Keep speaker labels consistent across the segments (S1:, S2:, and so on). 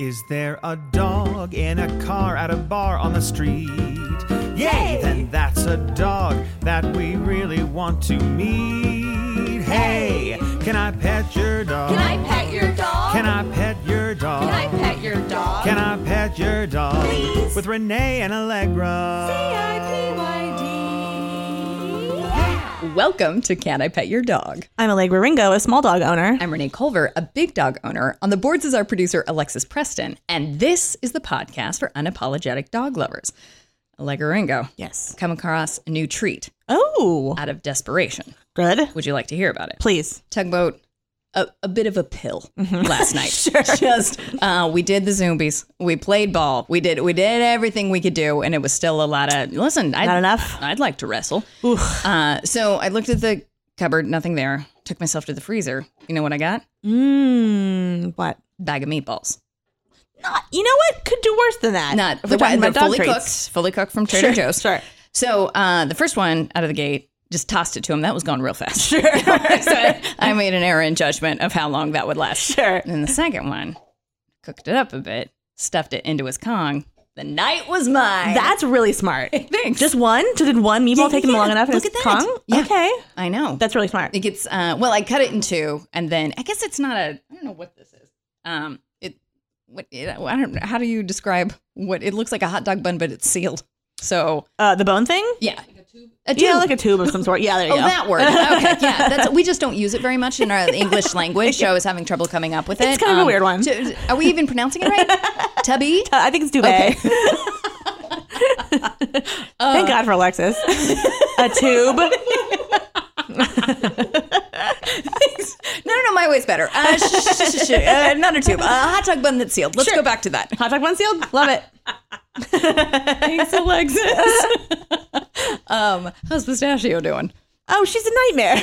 S1: Is there a dog in a car at a bar on the street? Yay!
S2: Yay!
S1: Then that's a dog that we really want to meet. Hey, can I pet your dog?
S2: Can I pet your dog?
S1: Can I pet your dog?
S2: Can I pet your dog?
S1: Can I pet your dog?
S2: Please.
S1: With Renee and Allegra.
S2: C-I-P-Y-D. Yeah.
S3: Welcome to Can I Pet Your Dog?
S4: I'm Allegra Ringo, a small dog owner.
S3: I'm Renee Culver, a big dog owner. On the boards is our producer, Alexis Preston, and this is the podcast for unapologetic dog lovers. Allegra Ringo,
S4: Yes.
S3: come across a new treat
S4: Oh,
S3: out of desperation.
S4: good.
S3: Would you like to hear about it?
S4: Please.
S3: Tugboat, a, a bit of a pill
S4: Mm-hmm.
S3: last night. sure. Just uh, we did the zombies, we played ball, we did we did everything we could do, and it was still a lot of listen. I'd,
S4: Not enough?
S3: I'd like to wrestle.
S4: Oof.
S3: Uh, so I looked at the cupboard, nothing there. Took myself to the freezer. You know what I got?
S4: Mmm. What?
S3: Bag of meatballs.
S4: Not. You know what? Could do worse than that.
S3: Not
S4: If we're
S3: the-
S4: talking
S3: they're
S4: about dog
S3: fully
S4: treats.
S3: cooked, fully cooked from Trader
S4: Sure,
S3: Joe's.
S4: sure.
S3: So uh, the first one out of the gate, just tossed it to him. That was gone real fast. Sure. so I, I made an error in judgment of how long that would last.
S4: Sure.
S3: And then the second one, cooked it up a bit, stuffed it into his Kong. The night was mine.
S4: That's really smart.
S3: Thanks.
S4: Just one? Just did one meatball
S3: Yeah,
S4: take him
S3: yeah,
S4: long enough? and
S3: look
S4: it's
S3: at that.
S4: Kong?
S3: Yeah.
S4: Okay.
S3: I know.
S4: That's really smart.
S3: It gets uh, well. I cut it in two, and then I guess it's not a. I don't know what this is. Um, it. What it, I don't. How do you describe what it looks like a hot dog bun, but it's sealed. So
S4: Uh, the bone thing?
S3: yeah, a
S4: Yeah,
S3: tube.
S4: like a tube of some sort. Yeah, there you
S3: Oh,
S4: go.
S3: that word. Okay, yeah. That's, we just don't use it very much in our English language, so I was having trouble coming up with it.
S4: It's kind of a weird one.
S3: t- Are we even pronouncing it right? Tubby?
S4: Uh, I think it's duvet.
S3: Uh,
S4: Thank God for Alexis. a tube.
S3: No, no, no. My way's better. Uh, sh- sh- sh- sh- uh, not a tube. A hot dog bun that's sealed. Let's go back to that.
S4: Hot dog bun sealed. Love it.
S3: Thanks, Alexis. um, how's Pistachio doing?
S4: Oh, she's a nightmare.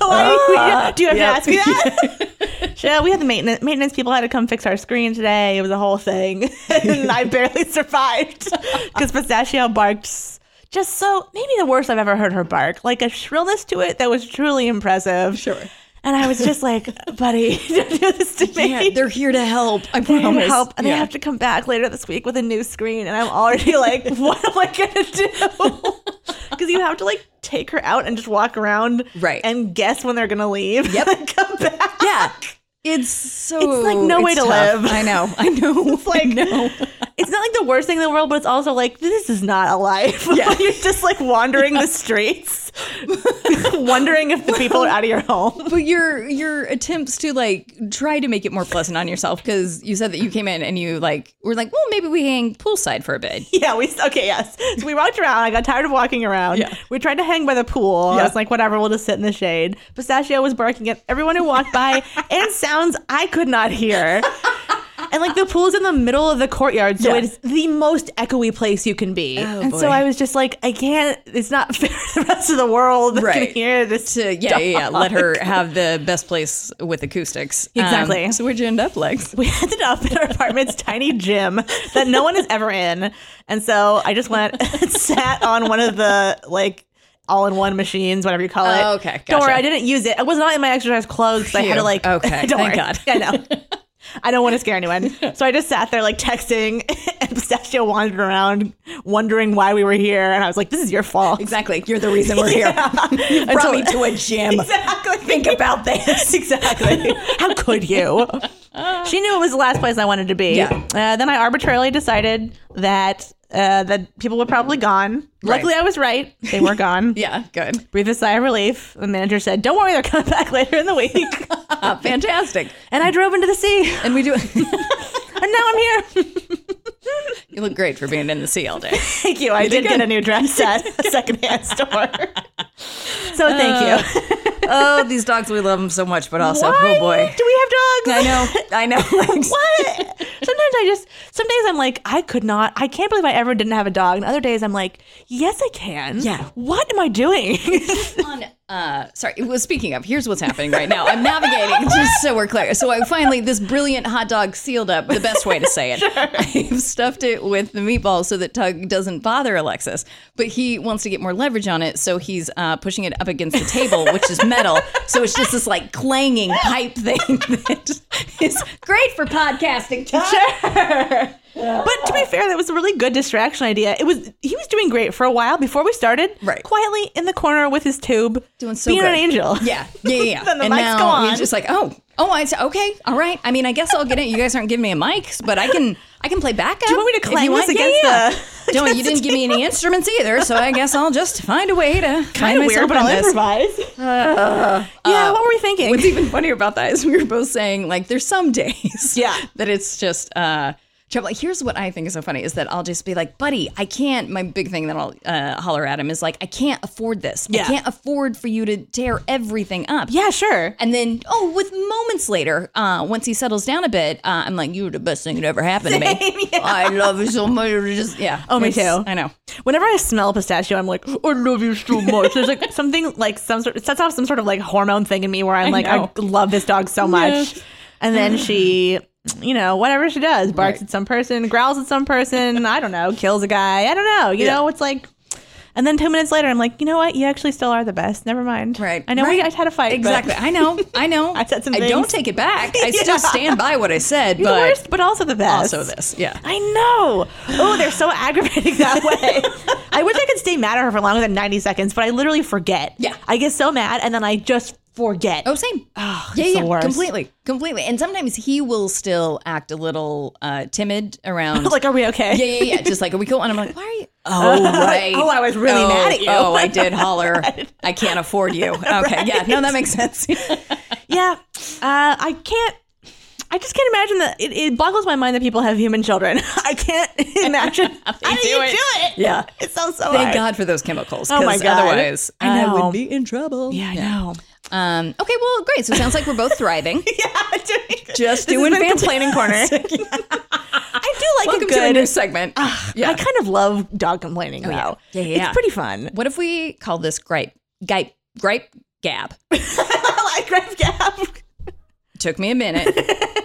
S4: Why do you- do you
S3: yep.
S4: have to ask me that? Yeah, we had the maintenance maintenance people had to come fix our screen today. It was a whole thing, and I barely survived because Pistachio barked s- just so maybe the worst I've ever heard her bark, like a shrillness to it that was truly impressive.
S3: Sure.
S4: And I was just like, "Buddy, don't do this to me."
S3: Yeah, they're here to help. I
S4: They need
S3: promise.
S4: help, and
S3: yeah.
S4: they have to come back later this week with a new screen. And I'm already like, what am I gonna do? Because you have to like take her out and just walk around,
S3: Right.
S4: And guess when they're gonna leave. Yep, and come back.
S3: Yeah. It's so.
S4: It's like no way to
S3: tough.
S4: live.
S3: I know. I know. it's
S4: like-
S3: I know.
S4: It's not like the worst thing in the world, but it's also like this is not a life. Yeah. You're just like wandering the streets, wondering if the people are out of your home.
S3: But your your attempts to like try to make it more pleasant on yourself because you said that you came in and you like were like, well, maybe we hang poolside for a bit.
S4: Yeah, we okay, yes. So we walked around. I got tired of walking around.
S3: Yeah.
S4: We tried to hang by the pool. I was like, whatever, we'll just sit in the shade. Pistachio was barking at everyone who walked by and sounds I could not hear. And like the pool's in the middle of the courtyard, so
S3: Yeah.
S4: it's the most echoey place you can be.
S3: Oh,
S4: and
S3: boy.
S4: so I was just like, I can't. It's not fair to the rest of the world that
S3: Right.
S4: can hear this.
S3: To yeah, yeah, yeah, let her have the best place with acoustics. Um,
S4: Exactly.
S3: so where'd you end up, Legs?
S4: we ended up in our apartment's tiny gym that no one is ever in. And so I just went and sat on one of the like all in one machines, whatever you call it.
S3: Oh, okay.
S4: Don't worry,
S3: Gotcha.
S4: I didn't use it. I was not in my exercise clothes, but I had
S3: Phew.
S4: to like
S3: Okay,
S4: don't
S3: thank
S4: worry.
S3: God.
S4: I know. I don't want to scare anyone. So I just sat there like texting and Pistachio wandered around wondering why we were here. And I was like, this is your fault.
S3: Exactly. You're the reason we're here. you brought
S4: Until-
S3: me to a gym.
S4: Exactly.
S3: Think about this.
S4: Exactly. How could you? She knew it was the last place I wanted to be.
S3: Yeah.
S4: Uh, then I arbitrarily decided that uh, that people were probably gone.
S3: Right.
S4: Luckily, I was right. They were gone.
S3: Yeah, good.
S4: Breathe a sigh of relief. The manager said, "Don't worry, they're coming back later in the week."
S3: Uh, fantastic.
S4: and I drove into the sea,
S3: And we do.
S4: and now I'm here.
S3: you look great for being in the sea all day.
S4: thank you. I did get a new dress at a secondhand store. so thank you.
S3: oh, these dogs, we love them so much, but also,
S4: Why
S3: oh boy.
S4: do we
S3: I
S4: have dogs?
S3: know. I know. Legs.
S4: what? Sometimes I just, some days I'm like, I could not, I can't believe I ever didn't have a dog. And other days I'm like, yes, I can.
S3: Yeah.
S4: What am I doing?
S3: on uh sorry well speaking of here's what's happening right now i'm navigating just so we're clear so i finally this brilliant hot dog sealed up the best way to say it i've stuffed it with the meatballs so that tug doesn't bother alexis but he wants to get more leverage on it so he's uh, pushing it up against the table which is metal so it's just this like clanging pipe thing that is great for podcasting. Todd.
S4: Sure. But to be fair, that was a really good distraction idea. It was he was doing great for a while before we started.
S3: Right.
S4: Quietly in the corner with his tube.
S3: Doing so
S4: being an
S3: good.
S4: angel.
S3: Yeah, yeah, yeah, yeah.
S4: Then the
S3: and
S4: mics
S3: now
S4: go on.
S3: you're just like, oh, oh, I said, okay, all right. I mean, I guess I'll get it. You guys aren't giving me a mic, but I can, I can play backup. Do
S4: you want me to clang this against the-
S3: No, you
S4: against the
S3: didn't give me any instruments either, so I guess I'll just find a way to find
S4: Kinda
S3: myself
S4: weird, but
S3: in
S4: I'll
S3: this.
S4: improvise. yeah, what were we thinking?
S3: Uh, What's even funnier about that is we were both saying like there's some days
S4: Yeah.
S3: that it's just uh trouble. Like, here's what I think is so funny is that I'll just be like, buddy, I can't. My big thing that I'll uh, holler at him is like, I can't afford this. I
S4: Yeah.
S3: can't afford for you to tear everything up.
S4: yeah, sure.
S3: And then, oh, with moments later, uh, once he settles down a bit, uh, I'm like, you were the best thing that ever happened to me. I love you so much. It was Just yeah.
S4: Oh, me
S3: It's-
S4: too.
S3: I know.
S4: Whenever I smell pistachio, I'm like, I love you so much. There's like something like some sort. It sets off some sort of like hormone thing in me where I'm like,
S3: know.
S4: I love this dog so much. And then she, you know, whatever she does, barks
S3: Right.
S4: at some person, growls at some person. I don't know, kills a guy. I don't know. You know, it's like. And then two minutes later, I'm like, you know what? You actually still are the best. Never mind.
S3: Right.
S4: I know we
S3: Right.
S4: guys had a fight. but
S3: Exactly. I know. I know.
S4: I said some
S3: I don't
S4: things.
S3: take it back. I still stand by what I said.
S4: You're
S3: but
S4: the worst, but also the best.
S3: also this. Yeah.
S4: I know. Oh, they're so aggravating that way. I wish I could stay mad at her for longer than 90 seconds, but I literally forget.
S3: Yeah.
S4: I get so mad and then I just forget.
S3: Oh, same. yeah,
S4: it's the
S3: yeah,
S4: worst.
S3: completely, completely. And sometimes he will still act a little uh, timid around.
S4: like, are we okay?
S3: yeah, yeah, yeah. Just like, are we cool? And I'm like, why are you? Oh, right.
S4: Oh, I was really
S3: Oh,
S4: mad at you.
S3: Oh, I did holler. I can't afford you. Okay, yeah. No, that makes sense.
S4: Yeah. Uh, I can't. I just can't imagine that. It, it boggles my mind that people have human children. I can't imagine. How do,
S3: do
S4: you
S3: it.
S4: do it?
S3: Yeah.
S4: It sounds so
S3: Thank
S4: hard.
S3: God for those chemicals.
S4: Oh, my
S3: 'cause
S4: God.
S3: Otherwise,
S4: I
S3: I
S4: know.
S3: would be in trouble.
S4: Yeah, I know.
S3: Um, okay, well, great. So it sounds like we're both thriving.
S4: Yeah, doing
S3: Just
S4: This has
S3: doing
S4: been
S3: fantastic.
S4: complaining corner. I do like
S3: Welcome
S4: a good
S3: to a new segment. yeah. Oh,
S4: I kind of love dog complaining though.
S3: Yeah, yeah, yeah.
S4: It's pretty fun.
S3: what if we call this gripe, gripe, gripe, gab?
S4: I grab gap.
S3: took me a minute.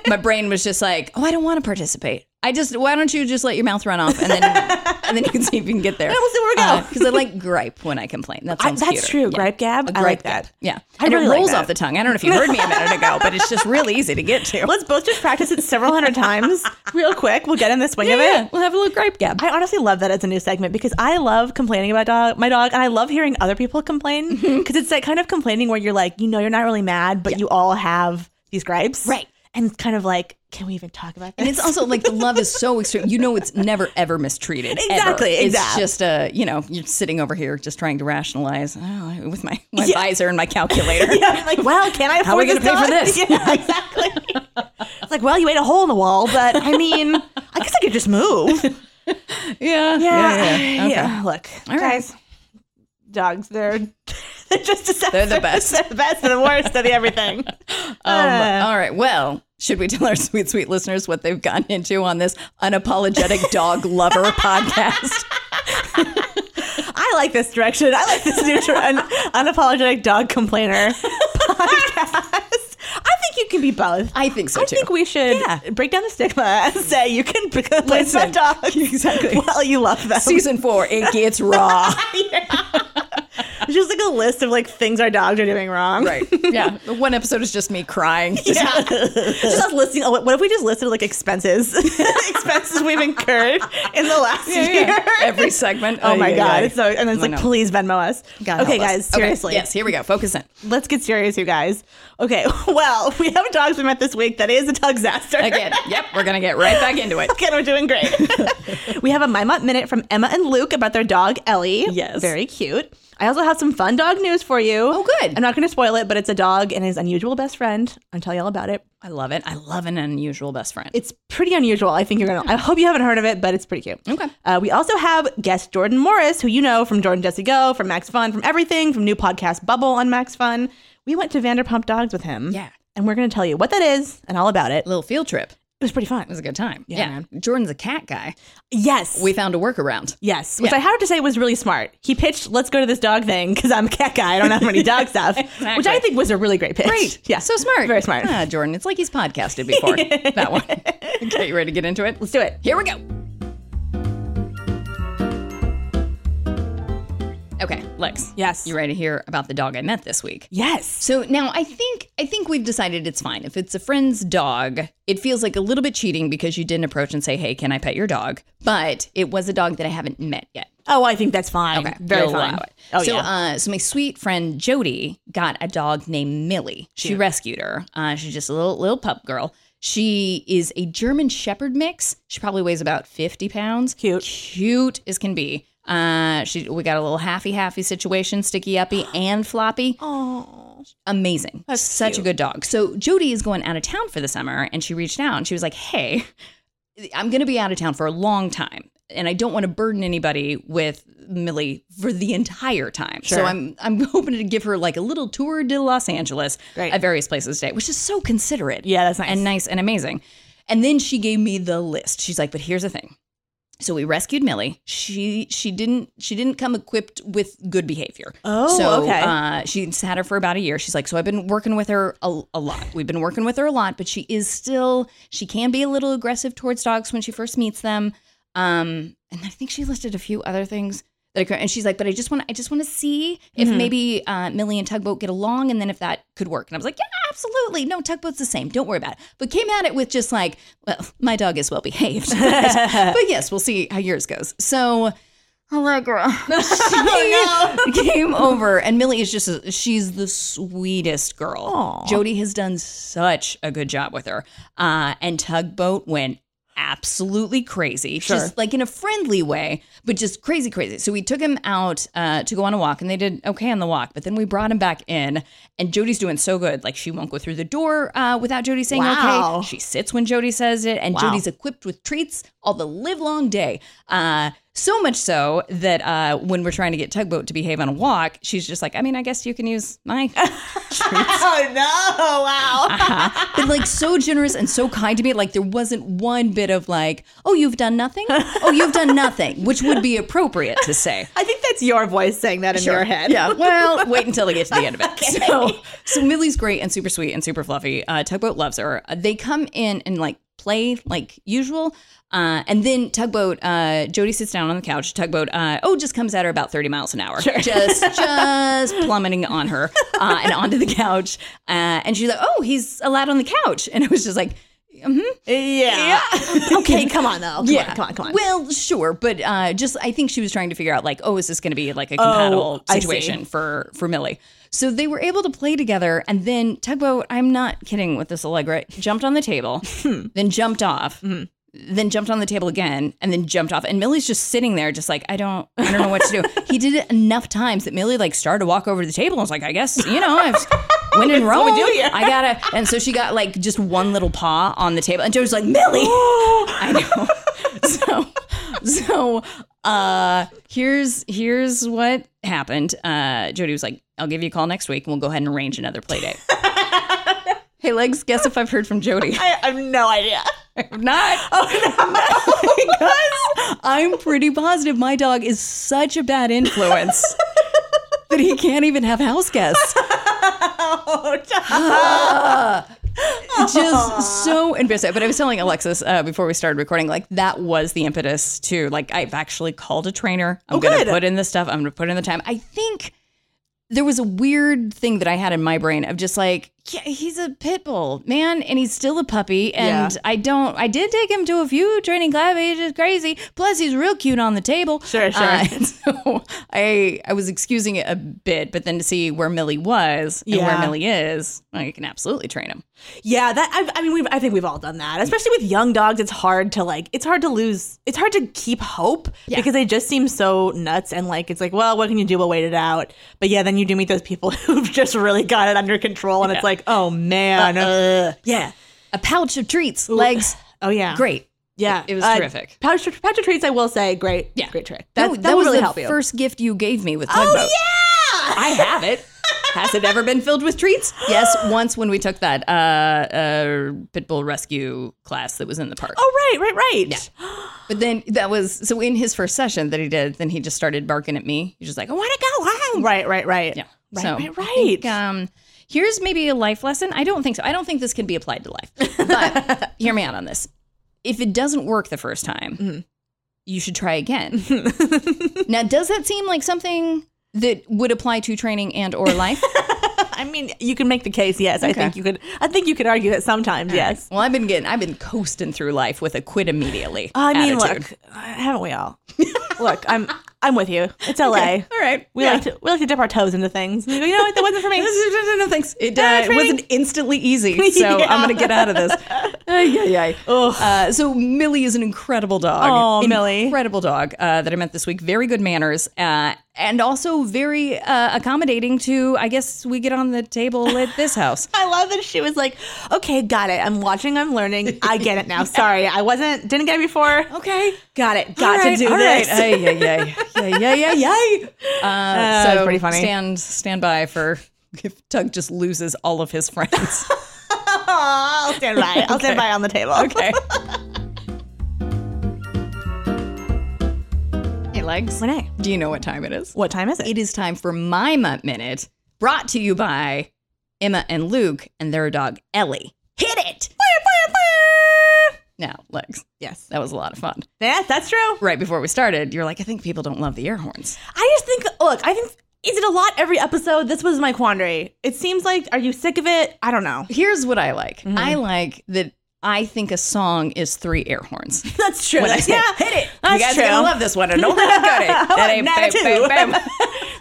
S3: My brain was just like, oh, I don't want to participate. I just, why don't you just let your mouth run off and then and then you can see if you can get there.
S4: we'll see where we go.
S3: Because I like gripe when I complain. That
S4: I,
S3: sounds
S4: that's
S3: cuter.
S4: true.
S3: Yeah.
S4: Gripe gab.
S3: A
S4: I like
S3: gripe gab.
S4: that.
S3: Yeah.
S4: I
S3: and
S4: really
S3: it
S4: like
S3: rolls
S4: that.
S3: off the tongue. I don't know if you heard me a minute ago, but it's just really easy to get to.
S4: Let's both just practice it several hundred times, real quick. We'll get in the swing of it.
S3: Yeah, we'll have a little gripe gab.
S4: I honestly love that as a new segment because I love complaining about dog, my dog, and I love hearing other people complain because
S3: Mm-hmm.
S4: it's that kind of complaining where you're like, you know, you're not really mad, but you all have these gripes,
S3: Right.
S4: And it's kind of like, can we even talk about
S3: And
S4: this?
S3: it's also like the love is so extreme. You know, it's never ever mistreated. ever.
S4: Exactly,
S3: It's
S4: exact.
S3: just a you know you're sitting over here just trying to rationalize oh, with my my
S4: Yeah.
S3: visor and my calculator.
S4: Yeah, like, well, can I afford
S3: How are we
S4: this
S3: gonna pay for
S4: dog?
S3: this?
S4: Yeah, exactly. it's like, well, you ate a hole in the wall, but I mean, I guess I could just move. Yeah,
S3: Yeah,
S4: I- yeah. Look,
S3: All right.
S4: guys, dogs, they're they're just disasters.
S3: the best.
S4: they're the best and the worst of everything.
S3: Um,
S4: Uh.
S3: all right. Well, should we tell our sweet, sweet listeners what they've gotten into on this unapologetic dog lover podcast?
S4: I like this direction. I like this new tra- un- unapologetic dog complainer podcast. I think you can be both.
S3: I think so
S4: I
S3: too.
S4: think we should
S3: Yeah.
S4: break down the stigma and say you can complain
S3: Listen,
S4: about dogs
S3: exactly.
S4: while you love them.
S3: Season four, it gets raw.
S4: It's just like a list of like things our dogs are doing wrong.
S3: right. Yeah. The One episode is just me crying. Just-
S4: Yeah. just us listing. oh, What if we just listed like expenses, expenses we've incurred in the last
S3: yeah,
S4: year?
S3: yeah. Every segment.
S4: Oh my
S3: Ay, ay,
S4: god!
S3: ay.
S4: It's so, and then it's
S3: I
S4: like,
S3: know.
S4: please Venmo us.
S3: God
S4: okay,
S3: help us.
S4: guys, seriously,
S3: Yes, here we go. Focus in.
S4: let's get serious, you guys. Okay, well, we have a dogs we met this week that is a dog disaster.
S3: Again. Yep. We're going to get right back into it.
S4: Again, we're doing great. we have a My Mutt Minute from Emma and Luke about their dog, Ellie.
S3: Yes.
S4: Very cute. I also have some fun dog news for you.
S3: Oh, good.
S4: I'm not going to spoil it, but it's a dog and his unusual best friend. I'll tell you all about it.
S3: I love it. I love an unusual best friend.
S4: It's pretty unusual. I think you're going to, I hope you haven't heard of it, but it's pretty cute.
S3: Okay.
S4: Uh, we also have guest Jordan Morris, who you know from Jordan Jesse Go, from Max Fun, from everything, from new podcast Bubble on Max Fun. We went to Vanderpump Dogs with him.
S3: Yeah.
S4: And we're going to tell you what that is and all about it.
S3: little field trip. It
S4: It was pretty fun.
S3: was a good time. Yeah.
S4: man.
S3: Jordan's a cat guy.
S4: Yes.
S3: We found a workaround.
S4: Yes, which I have to say was really smart. He pitched, "Let's go to this dog thing" because I'm a cat guy. I don't have any dog stuff, which I
S3: Exactly.
S4: think was a really great pitch.
S3: Great.
S4: yeah,
S3: So smart.
S4: very smart.
S3: Ah, Jordan, it's like he's podcasted before. that one. Okay, you ready to get into it?
S4: Let's do it.
S3: Here we go. Okay. Lex.
S4: Yes.
S3: You ready to hear about the dog I met this week?
S4: Yes.
S3: So now I think I think we've decided it's fine. If it's a friend's dog, it feels like a little bit cheating because you didn't approach and say, "Hey, can I pet your dog?" But it was a dog that I haven't met yet.
S4: Oh, I think that's fine.
S3: Okay,
S4: Very
S3: you'll
S4: fine.
S3: allow it.
S4: Oh,
S3: so,
S4: yeah.
S3: uh, so my sweet friend Jody got a dog named Millie. She rescued her. Uh, she's just a little little pup girl. She is a German Shepherd mix. She probably weighs about fifty pounds.
S4: Cute.
S3: cute as can be. Uh, she we got a little halfy halfy situation, sticky uppy and floppy.
S4: Oh.
S3: Amazing, such
S4: cute.
S3: a good dog. So Jody is going out of town for the summer, and she reached out and she was like, "Hey, I'm going to be out of town for a long time, and I don't want to burden anybody with Millie for the entire time. So
S4: Sure.
S3: I'm I'm hoping to give her like a little tour de Los Angeles
S4: Great.
S3: at various places today, which is so considerate.
S4: Yeah, that's nice.
S3: and nice and amazing. And then she gave me the list. She's like, "But here's the thing." So we rescued Millie. She she didn't she didn't come equipped with good behavior.
S4: Oh,
S3: so,
S4: okay.
S3: Uh, she's had her for about a year. She's like, so I've been working with her a, a lot. We've been working with her a lot, but she is still she can be a little aggressive towards dogs when she first meets them. Um, and I think she listed a few other things that occur. And she's like, but I just want I just want to see if maybe uh, Millie and Tugboat get along, and then if that could work. And I was like, yeah, absolutely. No, Tugboat's the same. Don't worry about it. But came at it with just like, well, my dog is well behaved. but yes, we'll see how yours goes. So. Allegra. She came over, and Millie is just, a, she's the sweetest girl. Jody has done such a good job with her. Uh, and Tugboat went absolutely crazy, just like in a friendly way, but just crazy, crazy. So we took him out uh, to go on a walk, and they did okay on the walk, but then we brought him back in, and Jody's doing so good. Like she won't go through the door uh, without Jody saying
S4: Wow.
S3: okay. She sits when Jody says it, and
S4: Wow.
S3: Jody's equipped with treats all the livelong day. Uh, so much so that uh, when we're trying to get Tugboat to behave on a walk, she's just like, I mean, I guess you can use my.
S4: Oh no! Wow.
S3: but like so generous and so kind to me. Like there wasn't one bit of like, oh, you've done nothing? Oh, you've done nothing, which would be appropriate to say.
S4: I think that's your voice saying that in your head.
S3: Yeah. Well, wait until they get to the end of it. So, so Millie's great and super sweet and super fluffy. Uh, Tugboat loves her. Uh, They come in and like play like usual. Uh, and then Tugboat, uh, Jody sits down on the couch. Tugboat, uh, oh, just comes at her about 30 miles an hour. Just, just plummeting on her uh, and onto the couch. Uh, and she's like, oh, he's allowed on the couch. And I was just like,
S4: Yeah. okay, come on though. Come
S3: yeah,
S4: On, come on. Come on.
S3: Well, sure, but uh, just I think she was trying to figure out like, oh, is this going to be like a compatible
S4: I see.
S3: situation for for Millie? So they were able to play together, and then tugboat. I'm not kidding with this. Allegra jumped on the table,
S4: Hmm.
S3: then jumped off. Then jumped on the table again, and then jumped off. And Millie's just sitting there, just like I don't, I don't know what to do. he did it enough times that Millie like started to walk over to the table and was like, I guess you know, I've, when in Rome,
S4: we do here.
S3: I gotta. And so she got like just one little paw on the table, and Joe was like, Millie. I know. so, so uh, here's here's what happened. Uh, Jody was like, "I'll give you a call next week, and we'll go ahead and arrange another play date." hey, legs. Guess if I've heard from Jody?
S4: I, I have no idea.
S3: I've not. because I'm pretty positive my dog is such a bad influence that he can't even have house guests.
S4: Oh,
S3: just so invested. But I was telling Alexis uh, before we started recording, like that was the impetus to like I've actually called a trainer. I'm gonna
S4: Oh, good.
S3: put in the stuff. I'm gonna put in the time. I think there was a weird thing that I had in my brain of just like, yeah, he's a pit bull man, and he's still a puppy. And
S4: Yeah.
S3: I don't. I did take him to a few training club. He's just crazy. Plus, he's real cute on the table. Uh,
S4: Sure, sure.
S3: and so I I was excusing it a bit, but then to see where Millie was and where
S4: Yeah.
S3: Millie is, well, you can absolutely train him.
S4: yeah. That I, I mean, we've, I think we've all done that, especially with young dogs. It's hard to like. It's hard to lose. It's hard to keep hope
S3: Yeah.
S4: because they just seem so nuts. And like, it's like, well, what can you do? We'll wait it out. But yeah, then you do meet those people who've just really got it under control, and it's like, oh man, uh, yeah.
S3: a pouch of treats, legs.
S4: Oh yeah,
S3: Great.
S4: Yeah, Uh,
S3: It- it was terrific.
S4: Pouch, pouch of treats, I will say, great.
S3: Yeah.
S4: great trick.
S3: No,
S4: That, that, will
S3: was
S4: really
S3: the
S4: help you.
S3: first gift you gave me with Tugboat.
S4: oh yeah,
S3: I have it. Has it ever been filled with treats? Yes, once when we took that uh, uh, pit bull rescue class that was in the park.
S4: Oh right, right, right.
S3: But then that was so in his first session that he did. Then he just started barking at me. He's just like, "I want to go home."
S4: Right, right, right.
S3: Yeah.
S4: Right,
S3: So,
S4: right,
S3: I
S4: right.
S3: think, um, here's maybe a life lesson. I don't think so. I don't think this can be applied to life. But hear me out on this. If it doesn't work the
S4: Mm-hmm.
S3: first time, you should try again. now, does that seem like something that would apply to training and or life?
S4: I mean, you can make the case. Yes, I think you could. I think you could argue that sometimes. Yes.
S3: well, I've been getting I've been coasting through life with a quit immediately.
S4: Uh, I mean,
S3: attitude.
S4: look, haven't we all? look, I'm I'm with you. It's LA.
S3: all right.
S4: We
S3: Yeah.
S4: like to we like to dip our toes into things. You go, "You know what? That wasn't for me.
S3: no, thanks. It,
S4: Ah,
S3: uh, it
S4: training.
S3: wasn't instantly easy, so
S4: Yeah.
S3: I'm gonna get out of this. Ay, ay, ay.
S4: Oh.
S3: Uh, so Millie is an incredible dog.
S4: Aw, Millie.
S3: incredible dog uh, that I met this week. Very good manners, uh, and also very uh, accommodating to. I guess we get on the table at this house.
S4: I love that she was like, "Okay, got it. I'm watching. I'm learning. I get it now. Sorry, I wasn't. Didn't get it before.
S3: Okay,
S4: Got it. Got to do
S3: all
S4: this.
S3: right. Ay, ay, ay. Yay, yay, yay, yay. Uh,
S4: that's pretty funny.
S3: Stand, stand by for if Tug just loses all of his friends.
S4: Aw, I'll stand by. I'll stand by on the table.
S3: Okay. hey, legs.
S4: Renee,
S3: Do you know what time it is?
S4: what time is it?
S3: It is time for my Mutt Minute, brought to you by Emma and Luke and their dog Ellie. Hit it! Now, Legs,
S4: Yes.
S3: that was a lot of fun.
S4: Yeah, that's true.
S3: Right before we started, you're like, I think people don't love the air horns.
S4: I just think, look, I think, is it a lot every episode? This was my quandary. It seems like, are you sick of it? I don't know.
S3: Here's what I like
S4: Mm-hmm.
S3: I like that I think a song is three air horns.
S4: That's true.
S3: When I
S4: That's,
S3: say,
S4: yeah,
S3: hit it.
S4: That's
S3: you guys
S4: true.
S3: are gonna love this one. And don't let it cut it. That ain't
S4: Nah,
S3: bam, bam,
S4: too.
S3: bam.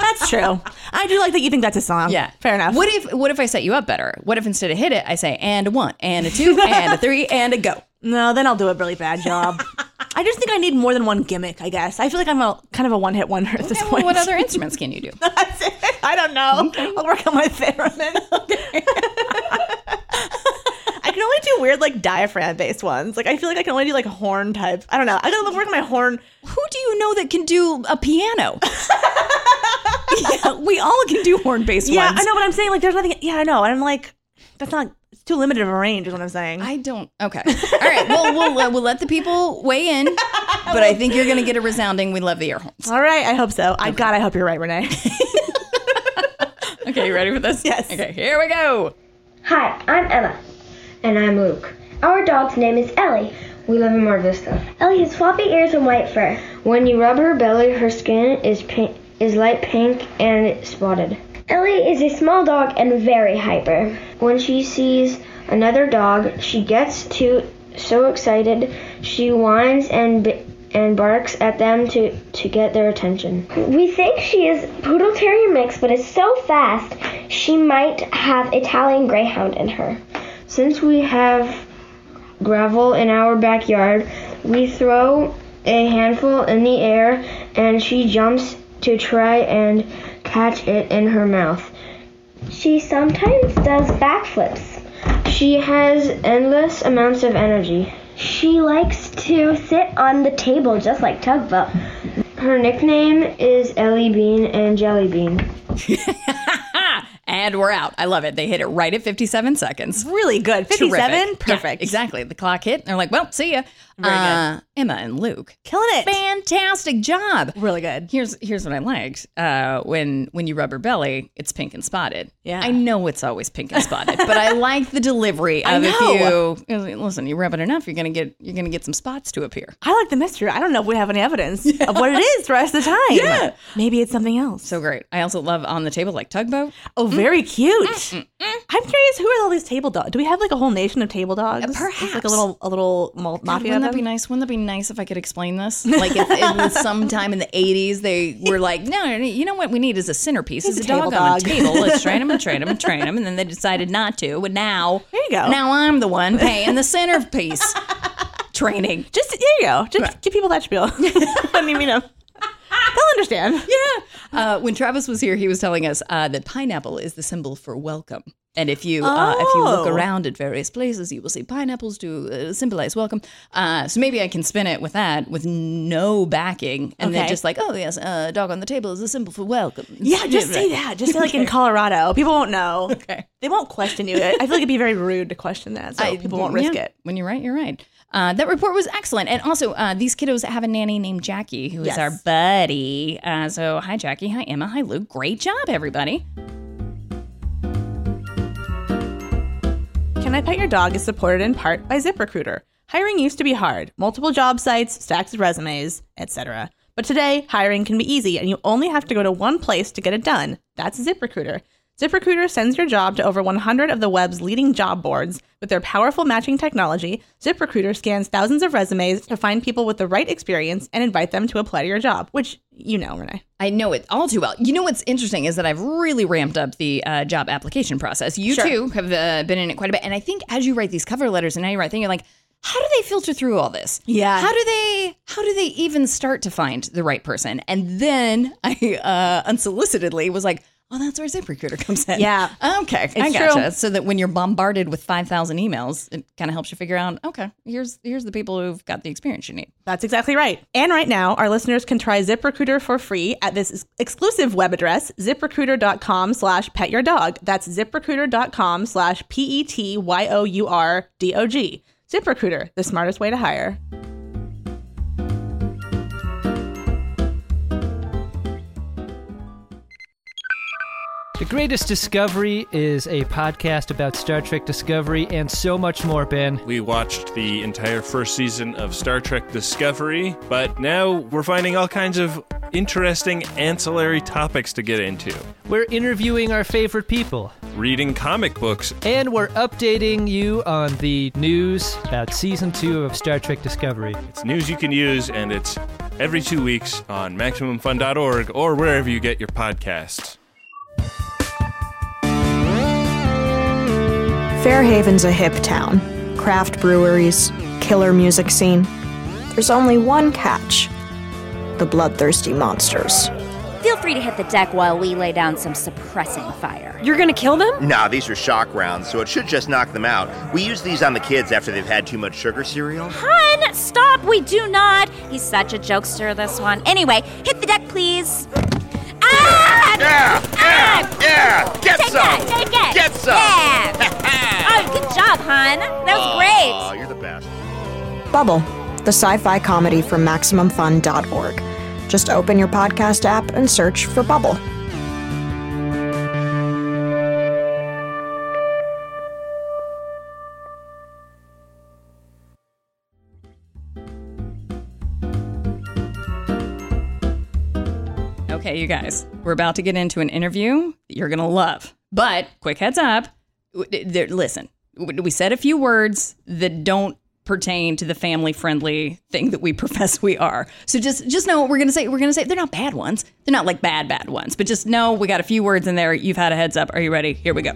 S4: that's true. I do like that you think that's a song.
S3: Yeah,
S4: fair enough.
S3: What if what if I set you up better? What if instead of hit it, I say and a one and a two and a three and a go?
S4: No, then I'll do a really bad job. I just think I need more than one gimmick. I guess I feel like I'm a kind of a one-hit wonder at this
S3: And
S4: point.
S3: what other instruments can you do?
S4: That's it. I don't know. I'll work on my theremin. I can only do weird like diaphragm based ones. Like I feel like I can only do like horn type. I don't know. I gotta work on my horn.
S3: Who do you know that can do a piano? yeah, we all can do horn based
S4: Yeah,
S3: ones.
S4: I know what I'm saying. Like there's nothing. Yeah, I know. And I'm like, that's not. It's too limited of a range. Is what I'm saying.
S3: I don't. Okay. All right. Well, we'll uh, we'll let the people weigh in, but I think you're going to get a resounding. We love the air horns.
S4: All right. I hope so. I God, I hope you're right, Renee.
S3: Okay, you ready for this?
S4: Yes.
S3: Okay, here we go.
S5: Hi, I'm Emma.
S6: And I'm Luke.
S5: Our dog's name is Ellie.
S6: We live in Mar Vista.
S5: Ellie has floppy ears and white fur.
S6: When you rub her belly, her skin is pink, is light pink and spotted.
S5: Ellie is a small dog and very hyper.
S6: When she sees another dog, she gets too so excited she whines and b- and barks at them to to get their attention.
S5: We think she is poodle terrier mix, but is so fast she might have Italian greyhound in her.
S6: Since we have gravel in our backyard, we throw a handful in the air and she jumps to try and catch it in her mouth.
S5: She sometimes does backflips.
S6: She has endless amounts of energy.
S5: She likes to sit on the table just like Tugboat.
S6: Her nickname is Ellie Bean and Jelly Bean.
S3: Ah, And we're out. I love it. They hit it right at 57 seconds.
S4: really good. Fifty-seven.
S3: Terrific. Yeah,
S4: Perfect.
S3: exactly. The clock hit. And they're like, well, see ya. Uh, Emma and Luke.
S4: Killing it.
S3: Fantastic job.
S4: Really good.
S3: Here's here's what I liked. Uh, when when you rub her belly, it's pink and spotted.
S4: Yeah.
S3: I know it's always pink and spotted, but I like the delivery of
S4: know.
S3: if you listen, you rub it enough, you're gonna get you're gonna get some spots to appear.
S4: I like the mystery. I don't know if we have any evidence of what it is the rest of the time. Yeah. Maybe it's something else.
S3: So great. I also love on the table like tugboat.
S4: Oh, very cute.
S3: Mm,
S4: I'm curious. Who are all these table dogs? Do we have like a whole nation of table dogs? It's like
S3: perhaps.
S4: a little, a little mul- mafia.
S3: Wouldn't
S4: of
S3: that be
S4: them?
S3: nice? Wouldn't that be nice if I could explain this? Like if it was sometime in the '80s, they were like, "No, no, no, you know what we need is a centerpiece, is a,
S4: a
S3: dog,
S4: table
S3: on a
S4: dog."
S3: table. Let's train him and train him and train him." And then they decided not to. But now,
S4: There you go.
S3: Now I'm the one paying the centerpiece training.
S4: Just there you go. Just give people that spiel. I mean, you know, they'll understand. Yeah.
S3: Uh, when Travis was here, he was telling us uh, that pineapple is the symbol for welcome. And if you uh, if you look
S4: Oh.
S3: around at various places, you will see pineapples to uh, symbolize welcome. Uh, so maybe I can spin it with that, with no backing, and then
S4: Okay.
S3: just like, oh yes, uh, dog on the table is a symbol for welcome.
S4: Yeah. Just say that. Just say like in Colorado, people won't know.
S3: Okay.
S4: They won't question you. I feel like it'd be very rude to question that, so people won't risk
S3: Yeah.
S4: it.
S3: When you're right, you're right. Uh, that report was excellent, and also uh, these kiddos have a nanny named Jackie, who is
S4: Yes.
S3: our buddy. Uh, so hi, Jackie. Hi, Emma. Hi, Luke. Great job, everybody.
S4: Can I Pet Your Dog is supported in part by ZipRecruiter. Hiring used to be hard. Multiple job sites, stacks of resumes, etc. But today, hiring can be easy, and you only have to go to one place to get it done. That's ZipRecruiter. ZipRecruiter sends your job to over 100 of the web's leading job boards. With their powerful matching technology, ZipRecruiter scans thousands of resumes to find people with the right experience and invite them to apply to your job, which you know, Renee.
S3: I know it all too well. You know what's interesting is that I've really ramped up the uh, job application process. You
S4: Sure.
S3: too have uh, been in it quite a bit, and I think as you write these cover letters and now you write thing, you're like, how do they filter through all this?
S4: Yeah.
S3: How do they? How do they even start to find the right person? And then I uh, unsolicitedly was like. Oh, that's where ZipRecruiter comes in.
S4: Yeah.
S3: Okay. I
S4: It's
S3: gotcha.
S4: true.
S3: So that when you're bombarded with 5,000 emails, it kind of helps you figure out, okay, here's here's the people who've got the experience you need.
S4: That's exactly right. And right now, our listeners can try ZipRecruiter for free at this ex- exclusive web address, ziprecruiter.com slash pet your dog. That's ziprecruiter.com slash P E T Y O U R D O G. ZipRecruiter, the smartest way to hire.
S7: The Greatest Discovery is a podcast about Star Trek Discovery and so much more, Ben.
S8: We watched the entire first season of Star Trek Discovery, but now we're finding all kinds of interesting ancillary topics to get into.
S7: We're interviewing our favorite people,
S8: Reading comic books,
S7: and we're updating you on the news about season two of Star Trek Discovery.
S8: it's news you can use, and it's every two weeks on MaximumFun.org or wherever you get your podcasts.
S9: Fairhaven's a hip town. Craft breweries, killer music scene. There's only one catch the bloodthirsty monsters.
S2: Feel free to hit the deck while we lay down some suppressing fire.
S10: You're gonna kill them?
S11: Nah, these are shock rounds, so it should just knock them out. We use these on the kids after they've had too much sugar cereal.
S2: Hun, stop. We do not. He's such a jokester, this one. Anyway, hit the deck, please. Ah! Ah!
S11: Yeah! Get
S2: Take
S11: some!
S2: that, take it.
S11: Get some!
S2: Yeah. oh, good job, hun. That was
S11: Aw,
S2: great.
S11: you're the best.
S9: Bubble, the sci fi comedy from MaximumFun.org. Just open your podcast app and search for Bubble.
S3: Okay, you guys, we're about to get into an interview that you're going to love. But quick heads up w- d- there- listen, w- we said a few words that don't pertain to the family friendly thing that we profess we are. So just just know what we're going to say. We're going to say they're not bad ones. They're not like bad bad ones, but just know we got a few words in there. You've had a heads up. Are you ready? Here we go.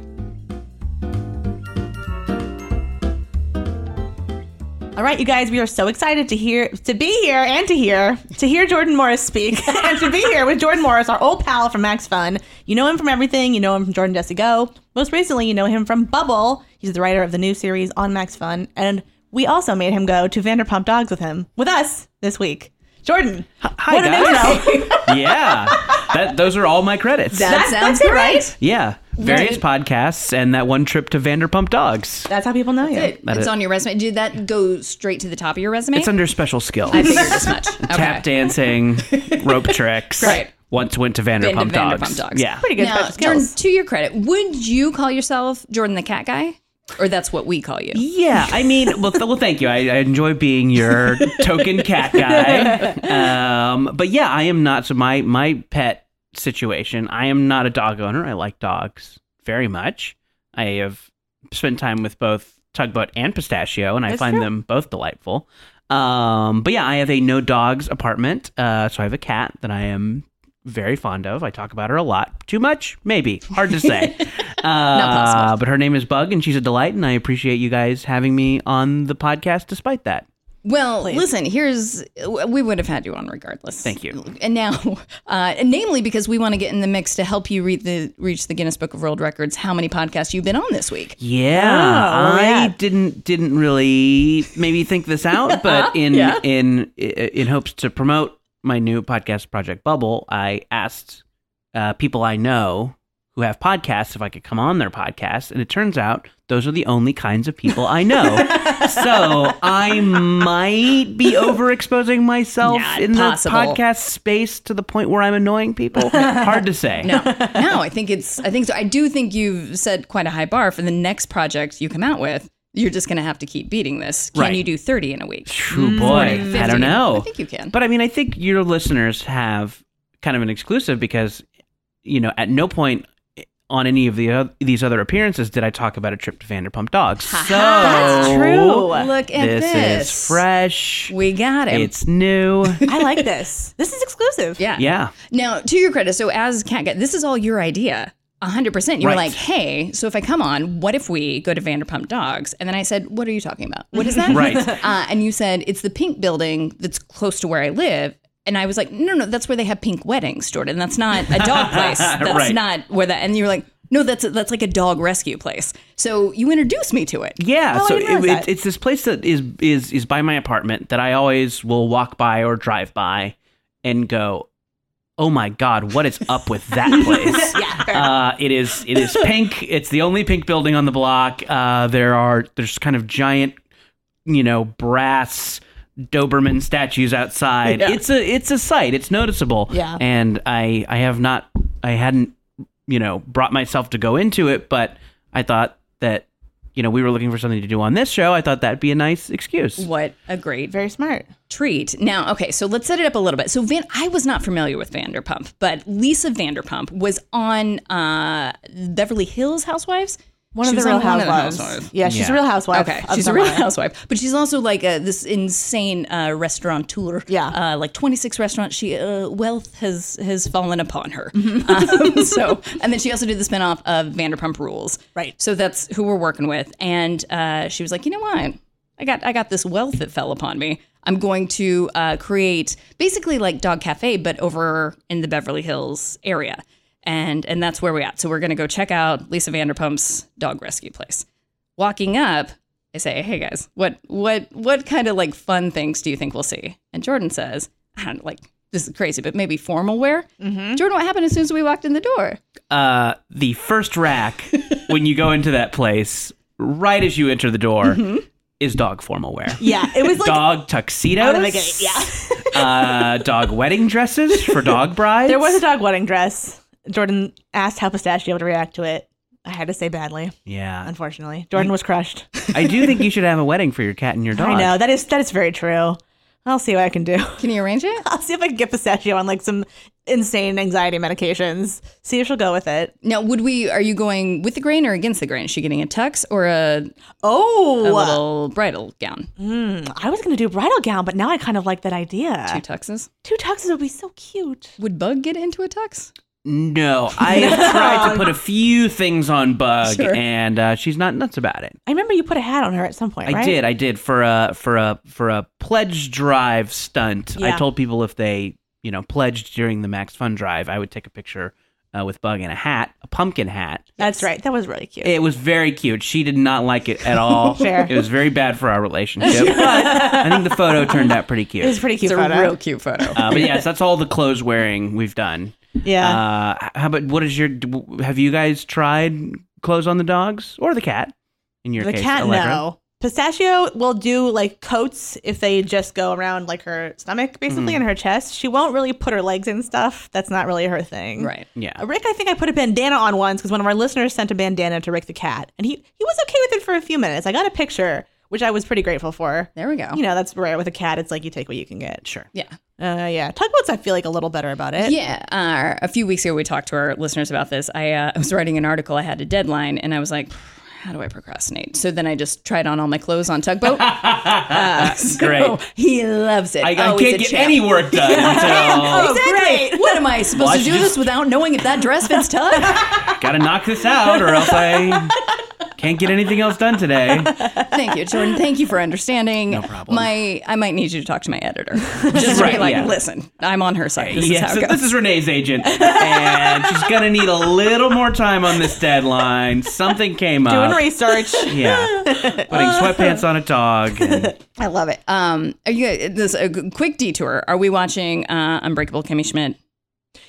S4: All right, you guys, we are so excited to hear, to be here and to hear, to hear Jordan Morris speak and to be here with Jordan Morris, our old pal from Max Fun. You know him from everything. You know him from Jordan Jesse Go. Most recently, you know him from Bubble. He's the writer of the new series on Max Fun. And we also made him go to Vanderpump Dogs with him, with us this week. Jordan,
S10: Hi,
S4: what
S10: guys.
S4: an intro.
S10: yeah. That, those are all my credits.
S3: That sounds
S4: that's it,
S3: great.
S4: right?
S10: yeah. Various podcasts and that one trip to Vanderpump Dogs.
S4: That's how people know you.
S3: It's
S10: it.
S3: on your resume. Did that go straight to the top of your resume?
S10: It's under special skills.
S3: I figured as much. Okay.
S10: Tap dancing, rope tricks.
S3: Right.
S10: Once went to Vanderpump,
S3: Been to
S10: Dogs.
S3: Vanderpump Dogs.
S10: Yeah.
S4: Pretty good
S3: Now,
S4: special
S3: Jordan,
S4: skills.
S3: to your credit, would you call yourself Jordan the Cat Guy? Or that's what we call you.
S10: Yeah, I mean, well, th- well thank you. I, I enjoy being your token cat guy. Um, but yeah, I am not. So my my pet situation. I am not a dog owner. I like dogs very much. I have spent time with both Tugboat and Pistachio, and I
S4: That's
S10: find
S4: true.
S10: them both delightful. Um, but yeah, I have a no dogs apartment. Uh, so I have a cat that I am very fond of. I talk about her a lot. Too much? Maybe. Hard to say. uh,
S3: possible.
S10: But her name is Bug, and she's a delight, and I appreciate you guys having me on the podcast despite that.
S3: Well, listen, here's we would have had you on regardless.
S10: Thank you.
S3: And now, uh, and namely because we want to get in the mix to help you read the reach the Guinness Book of World Records. How many podcasts you've been on this week?
S10: Yeah,
S3: Oh,
S10: I
S4: yeah.
S10: didn't didn't really maybe think this out, but in in in hopes to promote my new podcast project Bubble, I asked uh, people I know who have podcasts if I could come on their podcast, and it turns out those are the only kinds of people I know. so I might be overexposing myself
S3: Not
S10: in
S3: possible.
S10: the podcast space to the point where I'm annoying people. Hard to say.
S3: No, no, I think it's I think so. I do think you've set quite a high bar for the next project you come out with. You're just going to have to keep beating this. Can
S10: Right.
S3: you do 30 in a week?
S10: True boy.
S3: 40,
S10: I
S3: 50?
S10: don't know.
S3: Mm-hmm. I think you can.
S10: But I mean, I think your listeners have kind of an exclusive because, you know, at no point on any of the oth- these other appearances did I talk about a trip to Vanderpump Dogs. So
S3: That's true. Look at
S10: this.
S3: this.
S10: is fresh.
S3: We got him.
S10: It's new.
S3: I like this. This is exclusive. Yeah.
S10: yeah.
S3: Now, to your credit, so as Cat Guy, this is all your idea. 100%. You were
S10: Right.
S3: like, hey, so if I come on, what if we go to Vanderpump Dogs? And then I said, what are you talking about? What is that?
S10: Right.
S3: Uh, and you said, it's the pink building that's close to where I live. And I was like, no, no, that's where they have pink weddings, Jordan. That's not a dog place. That's
S10: Right.
S3: not where that. And you were like, no, that's that's like a dog rescue place. So you introduced me to it.
S10: Yeah,
S3: Oh, I
S10: so
S3: didn't realize
S10: it,
S3: that.
S10: it, it's this place that is is is by my apartment that I always will walk by or drive by and go, "Oh my god, what is up with that place?" uh, it is it is pink. It's the only pink building on the block. Uh, there are there's kind of giant, you know, brass Doberman statues outside.
S12: Yeah.
S10: It's a it's a sight. It's noticeable.
S12: Yeah.
S10: and I I have not I hadn't you know brought myself to go into it, but I thought that you know we were looking for something to do on this show. I thought that'd be a nice excuse.
S3: What a great, very smart treat. Now, okay, so let's set it up a little bit. So, Van, I was not familiar with Vanderpump, but Lisa Vanderpump was on uh, Beverly Hills Housewives.
S4: One of
S3: She
S4: the
S3: was
S4: Real
S3: on one of the
S4: Housewives. Yeah, she's a Yeah. Real Housewife
S3: Okay,
S4: of
S3: she's a real
S4: Somewhere.
S3: housewife, but she's also like uh this insane uh, restaurateur. Yeah, uh, like twenty six restaurants. She uh, wealth has has fallen upon her. Um, so, and then she also did the spinoff of Vanderpump Rules. Right. So that's who we're working with, and uh, she was like, you know what, I got I got this wealth that fell upon me. I'm going to uh, create basically like Dog Cafe, but over in the Beverly Hills area, and and that's where we're at. So we're gonna go check out Lisa Vanderpump's dog rescue place. Walking up, I say, "Hey guys, what what what kind of like fun things do you think we'll see?" And Jordan says, "I don't know, like this is crazy, but maybe formal wear."
S4: Mm-hmm.
S3: Jordan, what happened as soon as we walked in the door?
S10: Uh, the first rack when you go into that place, right as you enter the door,
S3: Mhm.
S10: is dog formal wear.
S4: Mm-hmm. Yeah, it was like
S10: dog tuxedos.
S4: out of the gate. Yeah,
S10: uh, dog wedding dresses for dog brides.
S4: there was a dog wedding dress. Jordan asked how Pistachio would react to it. I had to say badly.
S10: Yeah,
S4: Unfortunately, Jordan was crushed.
S10: I do think you should have a wedding for your cat and your dog.
S4: I know that is that is very true. I'll see what I can do.
S3: Can you arrange it?
S4: I'll see if I can get pistachio on like some insane anxiety medications. See if she'll go with it.
S3: Now, would we? Are you going with the grain or against the grain? Is she getting a tux or a
S4: oh
S3: a little bridal gown?
S4: Mm, I was gonna do bridal gown, but now I kind of like that idea.
S3: Two tuxes.
S4: Two tuxes would be so cute.
S3: Would Bug get into a tux?
S10: No, I have tried to put a few things on Bug,
S4: Sure.
S10: and uh, she's not nuts about it.
S4: I remember you put a hat on her at some point.
S10: I
S4: right?
S10: did, I did for a for a for a pledge drive stunt.
S4: Yeah.
S10: I told people if they you know pledged during the Max Fun Drive, I would take a picture uh, with Bug in a hat, a pumpkin hat.
S4: That's right. That was really cute.
S10: It was very cute. She did not like it at all.
S4: Fair.
S10: It was very bad for our relationship. but I think the photo turned out pretty cute.
S4: It was pretty cute.
S3: It's a
S4: photo.
S3: real cute photo.
S10: Uh, but yes, that's all the clothes wearing we've done.
S4: Yeah.
S10: Uh, how about what is your? Have you guys tried clothes on the dogs or the cat? In your
S4: the
S10: case,
S4: cat,
S10: Allegra?
S4: no. Pistachio will do like coats if they just go around like her stomach, basically,
S10: Mhm.
S4: and her chest. She won't really put her legs in stuff. That's not really her thing.
S3: Right.
S10: Yeah.
S4: Rick, I think I put a bandana on once because one of our listeners sent a bandana to Rick the cat, and he he was okay with it for a few minutes. I got a picture, which I was pretty grateful for.
S3: There we go.
S4: You know, that's rare with a cat. It's like you take what you can get.
S10: Sure.
S3: Yeah.
S4: Uh, yeah. Tugboats, I feel like a little better about it.
S3: Yeah. Uh, a few weeks ago, we talked to our listeners about this. I, uh, I was writing an article. I had a deadline, and I was like, how do I procrastinate? So then I just tried on all my clothes on Tugboat. Uh, so
S10: Great.
S3: He loves it.
S10: I, I
S3: Oh, he's
S10: can't
S3: a
S10: get
S3: champ.
S10: any work done
S3: Oh,
S10: until
S3: exactly. What am I supposed
S10: Well, I
S3: to do
S10: should just-
S3: this without knowing if that dress fits Tug?
S10: gotta knock this out, or else I can't get anything else done today.
S3: Thank you, Jordan. Thank you for understanding.
S10: No problem.
S3: My, I might need you to talk to my editor. Just to be
S10: Right,
S3: like,
S10: yeah.
S3: listen, I'm on her side. This
S10: yes,
S3: is how it goes.
S10: this is Renee's agent, and she's gonna need a little more time on this deadline. Something came
S4: Doing
S10: up.
S4: research.
S10: Yeah, putting sweatpants on a dog. and-
S3: I love it. Um, are you this a g- quick detour? Are we watching uh, Unbreakable Kimmy Schmidt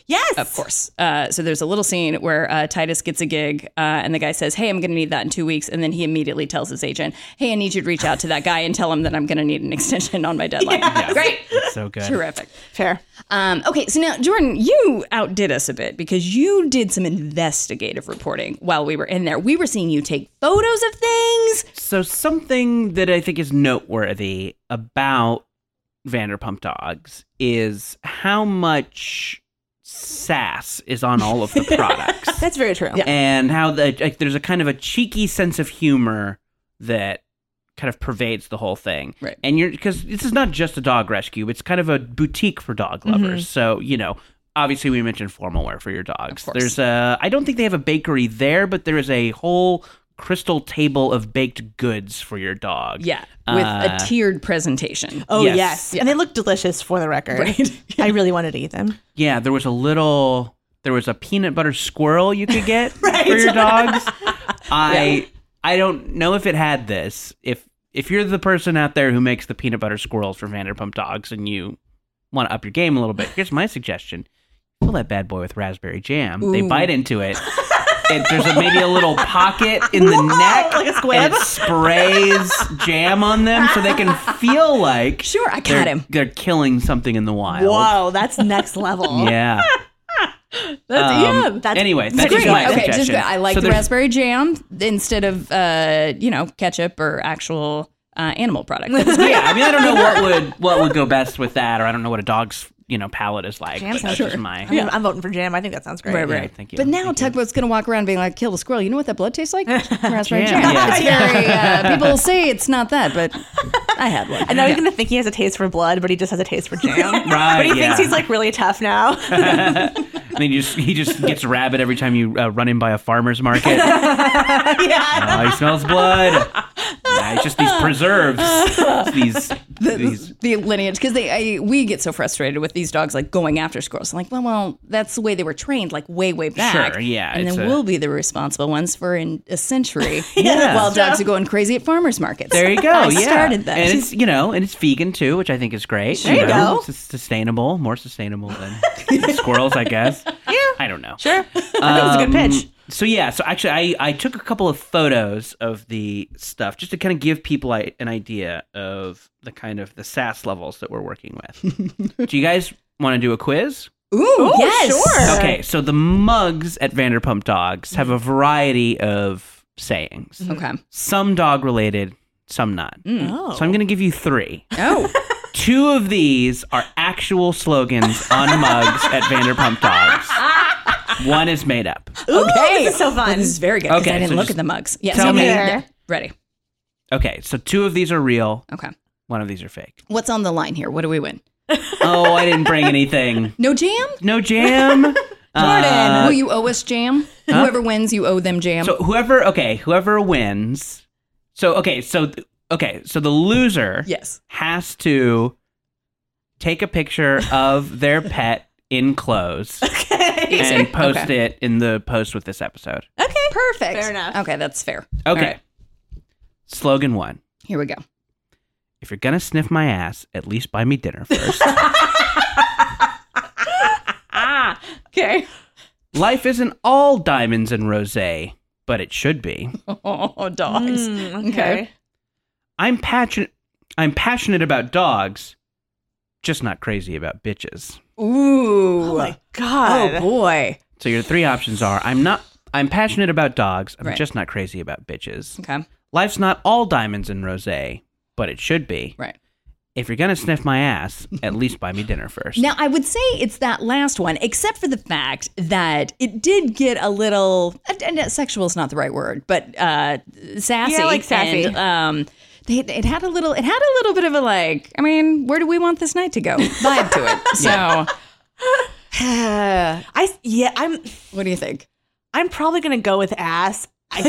S4: Yes.
S3: Of course. Uh, so there's a little scene where uh, Titus gets a gig uh, and the guy says, Hey, I'm going to need that in two weeks. And then he immediately tells his agent, Hey, I need you to reach out to that guy and tell him that I'm going to need an extension on my deadline. Great.
S10: so good.
S3: Terrific.
S4: Fair.
S3: Um, okay, so now, Jordan, you outdid us a bit because you did some investigative reporting while we were in there. We were seeing you take photos of things.
S10: So something that I think is noteworthy about Vanderpump Dogs is how much sass is on all of the products.
S4: That's very true.
S10: and how the like, there's a kind of a cheeky sense of humor that kind of pervades the whole thing. Right. And you're because this is not just a dog rescue; it's kind of a boutique for dog
S12: Mhm.
S10: lovers. So you know, obviously, we mentioned formal wear for your dogs.
S12: course.
S10: There's a I don't think they have a bakery there, but there is a whole crystal table of baked goods for your dog.
S3: Yeah, with
S10: Uh,
S3: a tiered presentation.
S4: Oh yes. And they look delicious for the record. I really wanted to eat them.
S10: Yeah, there was a little. There was a peanut butter squirrel you could get for your dogs. I I don't know if it had this. If if you're the person out there who makes the peanut butter squirrels for Vanderpump Dogs and you want to up your game a little bit, here's my suggestion: fill that bad boy with raspberry jam. They
S12: Ooh.
S10: bite into it. And there's a, maybe a little pocket in the neck,
S4: like a
S10: and it sprays jam on them, so they can feel like
S3: sure I
S4: got
S3: him.
S10: They're killing something in the wild.
S4: Whoa, that's next level.
S10: Yeah.
S3: That's,
S10: Um,
S3: yeah, that's
S10: anyway, that's
S3: great.
S10: just my
S3: okay,
S10: suggestion.
S3: I like
S10: So
S3: the
S10: there's-
S3: raspberry jam instead of uh, you know ketchup or actual uh, animal product. That's great.
S10: yeah, I mean, I don't know what would what would go best with that, or I don't know what a dog's you know palate is like.
S4: Jam
S10: but
S4: sounds
S10: that's
S4: sure.
S10: just my
S4: I mean, I'm voting for jam. I think that sounds great.
S10: Right, right. Yeah, thank you.
S3: But now Tugboat's going to walk around being like, "Kill the squirrel." You know what that blood tastes like? Raspberry jam.
S10: Jam. Yeah.
S3: It's very. Uh, people say it's not that, but I had one.
S4: And now he's gonna think he has a taste for blood, but he just has a taste for jam.
S10: Right,
S4: But he thinks
S10: yeah.
S4: he's like really tough now.
S10: and then you just he just gets rabid every time you uh, run in by a farmer's market.
S4: yeah.
S10: Oh, he smells blood. Yeah, it's just these preserves. It's these these
S3: the lineage because they I, we get so frustrated with these dogs like going after squirrels. I'm like, well, well, that's the way they were trained, like way, way back.
S10: Sure, yeah,
S3: And
S10: it's
S3: then
S10: a-
S3: we'll be the responsible ones for in a century.
S10: Yeah.
S3: while dogs are going crazy at farmers markets.
S10: There you go.
S3: I
S10: yeah,
S3: started that.
S10: and it's you know, and it's vegan too, which I think is great.
S3: There you
S10: know,
S3: go.
S10: It's sustainable, more sustainable than squirrels, I guess. Yeah, I don't know. Um,
S4: Sure. I think it was a good pitch.
S10: So yeah, so actually, I I took a couple of photos of the stuff just to kind of give people I, an idea of the kind of the sass levels that we're working with. do you guys want to do a quiz?
S3: Ooh, yes. Sure.
S10: Okay, so the mugs at Vanderpump Dogs have a variety of sayings.
S3: Okay.
S10: Some dog related, some not.
S3: Mm. Oh.
S10: So I'm going to give you three.
S3: Oh.
S10: Two of these are actual slogans on mugs at Vanderpump Dogs. One is made up.
S3: okay. This is so fun. this is very good. 'cause
S10: Okay,
S3: I didn't
S10: so
S3: look
S10: just
S3: at the mugs. Yes.
S10: tell me-
S3: okay.
S10: There.
S3: Ready.
S10: Okay, so two of these are real.
S3: Okay.
S10: One of these are fake.
S3: What's on the line here? What do we win?
S10: Oh, I didn't bring anything.
S3: No jam?
S10: No jam. Jordan,
S3: Jordan, will you owe us jam?
S10: Uh, Huh?
S3: Whoever wins, you owe them jam.
S10: So whoever, okay, whoever wins. So okay, so th- okay, so the loser
S3: yes
S10: has to take a picture of their pet in clothes and post
S3: Okay.
S10: it in the post with this episode.
S3: Okay. Perfect. Fair enough. Okay, that's fair. All
S10: Okay.
S3: right,
S10: Slogan 1.
S3: here we go.
S10: If you're going to sniff my ass, at least buy me dinner first.
S3: Ah. Okay.
S10: Life isn't all diamonds and rosé, but it should be.
S3: Oh, dogs. okay.
S10: I'm passionate I'm passionate about dogs, just not crazy about bitches.
S3: Ooh. Oh my
S4: God.
S3: Oh boy.
S10: So your three options are I'm not I'm passionate about dogs, I'm
S3: Right.
S10: just not crazy about bitches.
S3: Okay.
S10: Life's not all diamonds and rosé, but it should be.
S3: Right.
S10: If you're going to sniff my ass, at least buy me dinner first.
S3: Now I would say it's that last one, except for the fact that it did get a little and uh, sexual is not the right word, but uh, sassy.
S4: Yeah, like sassy.
S3: And, um, they, it had a little. It had a little bit of a like. I mean, where do we want this night to go? Vibe to it. So.
S4: I yeah, I'm
S3: What do you think?
S4: I'm probably gonna go with ass. I,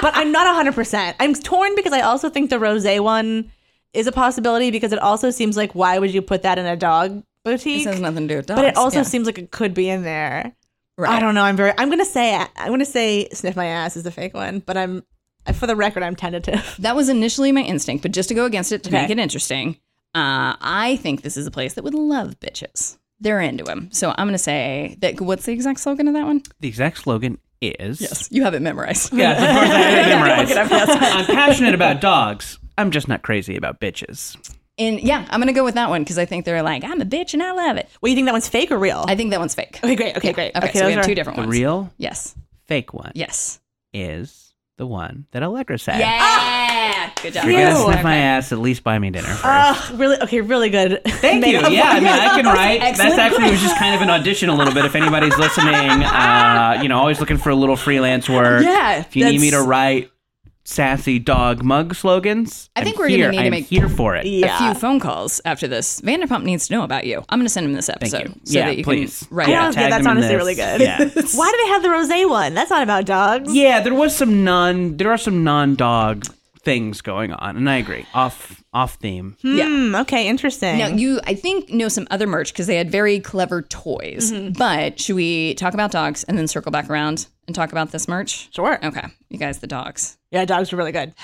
S4: but I'm not hundred percent. I'm torn because I also think the rose one is a possibility because it also seems like why would you put that in a dog boutique?
S3: This has nothing to do with dogs.
S4: but it also
S3: yeah.
S4: seems like it could be in there.
S3: Right.
S4: I don't know. I'm very. I'm gonna say. I'm gonna say sniff my ass is the fake one. But I'm for the record, I'm tentative.
S3: That was initially my instinct, but just to go against it to
S4: Okay.
S3: make it interesting, uh, I think this is a place that would love bitches. They're into him. So I'm going to say that what's the exact slogan of that one?
S10: The exact slogan is
S3: Yes. You have it memorized.
S10: Yes, of course I have it
S3: Yeah,
S10: memorized.
S3: look it up, yes.
S10: I'm passionate about dogs. I'm just not crazy about bitches.
S3: And yeah, I'm going to go with that one because I think they're like, I'm a bitch and I love it.
S4: Well, you think that one's fake or real?
S3: I think that one's fake.
S4: Okay, great. Okay,
S3: Yeah.
S4: great.
S3: Okay, so we have two different
S10: the
S3: ones.
S10: real
S3: Yes.
S10: fake one.
S3: Yes.
S10: Is the one that Allegra said.
S3: Yeah. Ah! Good
S10: If
S3: job.
S10: you're gonna sniff
S3: Okay.
S10: my ass, at least buy me dinner.
S4: Oh, really? Okay, really good.
S10: Thank you. Yeah, I mean, I can write.
S4: Excellent.
S10: That's actually was just kind of an audition a little bit. If anybody's listening, uh, you know, always looking for a little freelance work.
S3: Yeah,
S10: If you need me to
S3: that's-
S10: write sassy dog mug slogans,
S3: I think
S10: I'm
S3: we're
S10: here.
S3: going to need to
S10: I'm
S3: make
S10: here for it.
S3: a few phone calls after this. Vanderpump needs to know about you. I'm going to send him this episode so
S10: Yeah,
S3: that you
S10: please.
S3: can write
S10: Yeah,
S3: it.
S10: tag
S4: that's
S10: them in
S4: honestly
S10: this.
S4: really good.
S10: Yeah.
S4: Why do they have the rosé one? That's not about dogs.
S10: Yeah, there was some non. There are some non-dog things going on, and I agree. Off, off theme.
S4: Hmm, okay, interesting.
S3: Now you, I think, know some other merch because they had very clever toys. But should we talk about dogs and then circle back around and talk about this merch?
S4: Sure.
S3: Okay, you guys, the dogs
S4: yeah, dogs were really good.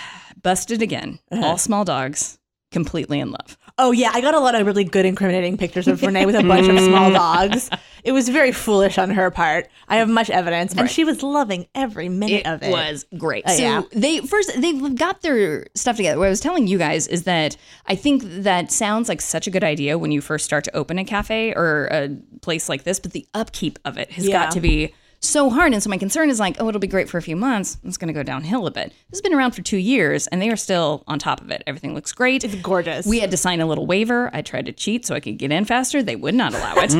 S3: busted again. All small dogs, completely in love.
S4: Oh yeah, I got a lot of really good incriminating pictures of Renee with a bunch of small dogs. It was very foolish on her part. I have much evidence, and she was loving every minute of it.
S3: was great.
S4: Oh,
S3: so
S4: yeah.
S3: they first they've got their stuff together. What I was telling you guys is that I think that sounds like such a good idea when you first start to open a cafe or a place like this, but the upkeep of it has
S2: Yeah.
S3: got to be so hard. And so my concern is like, oh, it'll be great for a few months. It's going to go downhill a bit. This has been around for two years, and they are still on top of it. Everything looks great. It's
S4: gorgeous.
S3: We had to sign a little waiver. I tried to cheat so I could get in faster. They would not allow it.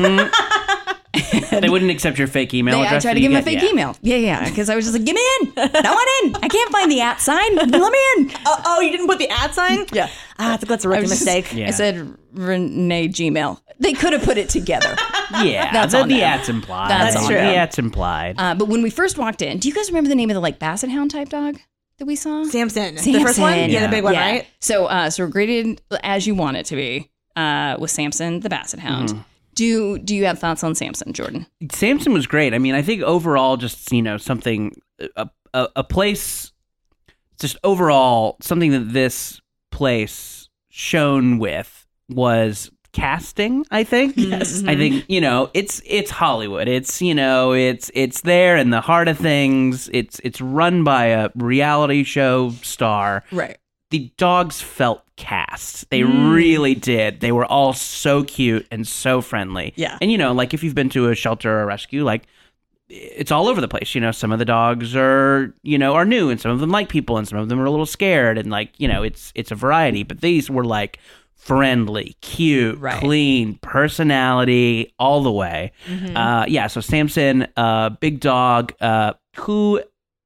S10: they wouldn't accept your fake email
S3: They- I
S10: address.
S3: tried
S10: that
S3: to
S10: you
S3: give him a
S10: get-
S3: fake
S10: yeah.
S3: email. Yeah, yeah, because I was just like, "Give me in! I want in! I can't find the at sign. Let me in!"
S4: Oh, oh, you didn't put the at sign? Yeah. Ah, I think that's a rookie
S3: was just-
S4: mistake.
S10: Yeah.
S3: I said Renee Gmail. They could have put it together.
S10: Yeah,
S3: That's
S10: the,
S3: on
S10: the
S3: them.
S10: at's implied.
S3: That's
S10: on
S3: on them.
S10: The at's implied.
S3: Uh, but when we first walked in, do you guys remember the name of the like basset hound type dog that we saw?
S4: Samson.
S3: Samson.
S4: The first one? Yeah, the big one,
S3: Yeah.
S4: right?
S3: So, uh, so we're greeted as you want it to be uh, with Samson, the basset hound.
S10: Mhm.
S3: Do do you have thoughts on Samson, Jordan?
S10: Samson was great. I mean, I think overall, just you know, something a a, a place, just overall, something that this place shone with was casting. I think.
S12: Yes.
S10: I think you know it's it's Hollywood. It's you know it's it's there in the heart of things. It's it's run by a reality show star.
S3: Right.
S10: The dogs felt cast. They
S12: Mm.
S10: really did. They were all so cute and so friendly.
S12: Yeah.
S10: And you know, like if you've been to a shelter or a rescue, like it's all over the place. You know, some of the dogs are you know are new, and some of them like people, and some of them are a little scared, and like you know, it's it's a variety. But these were like friendly, cute, clean, personality all the way.
S12: Mhm.
S10: Uh, yeah. So Samson, uh, big dog, uh, who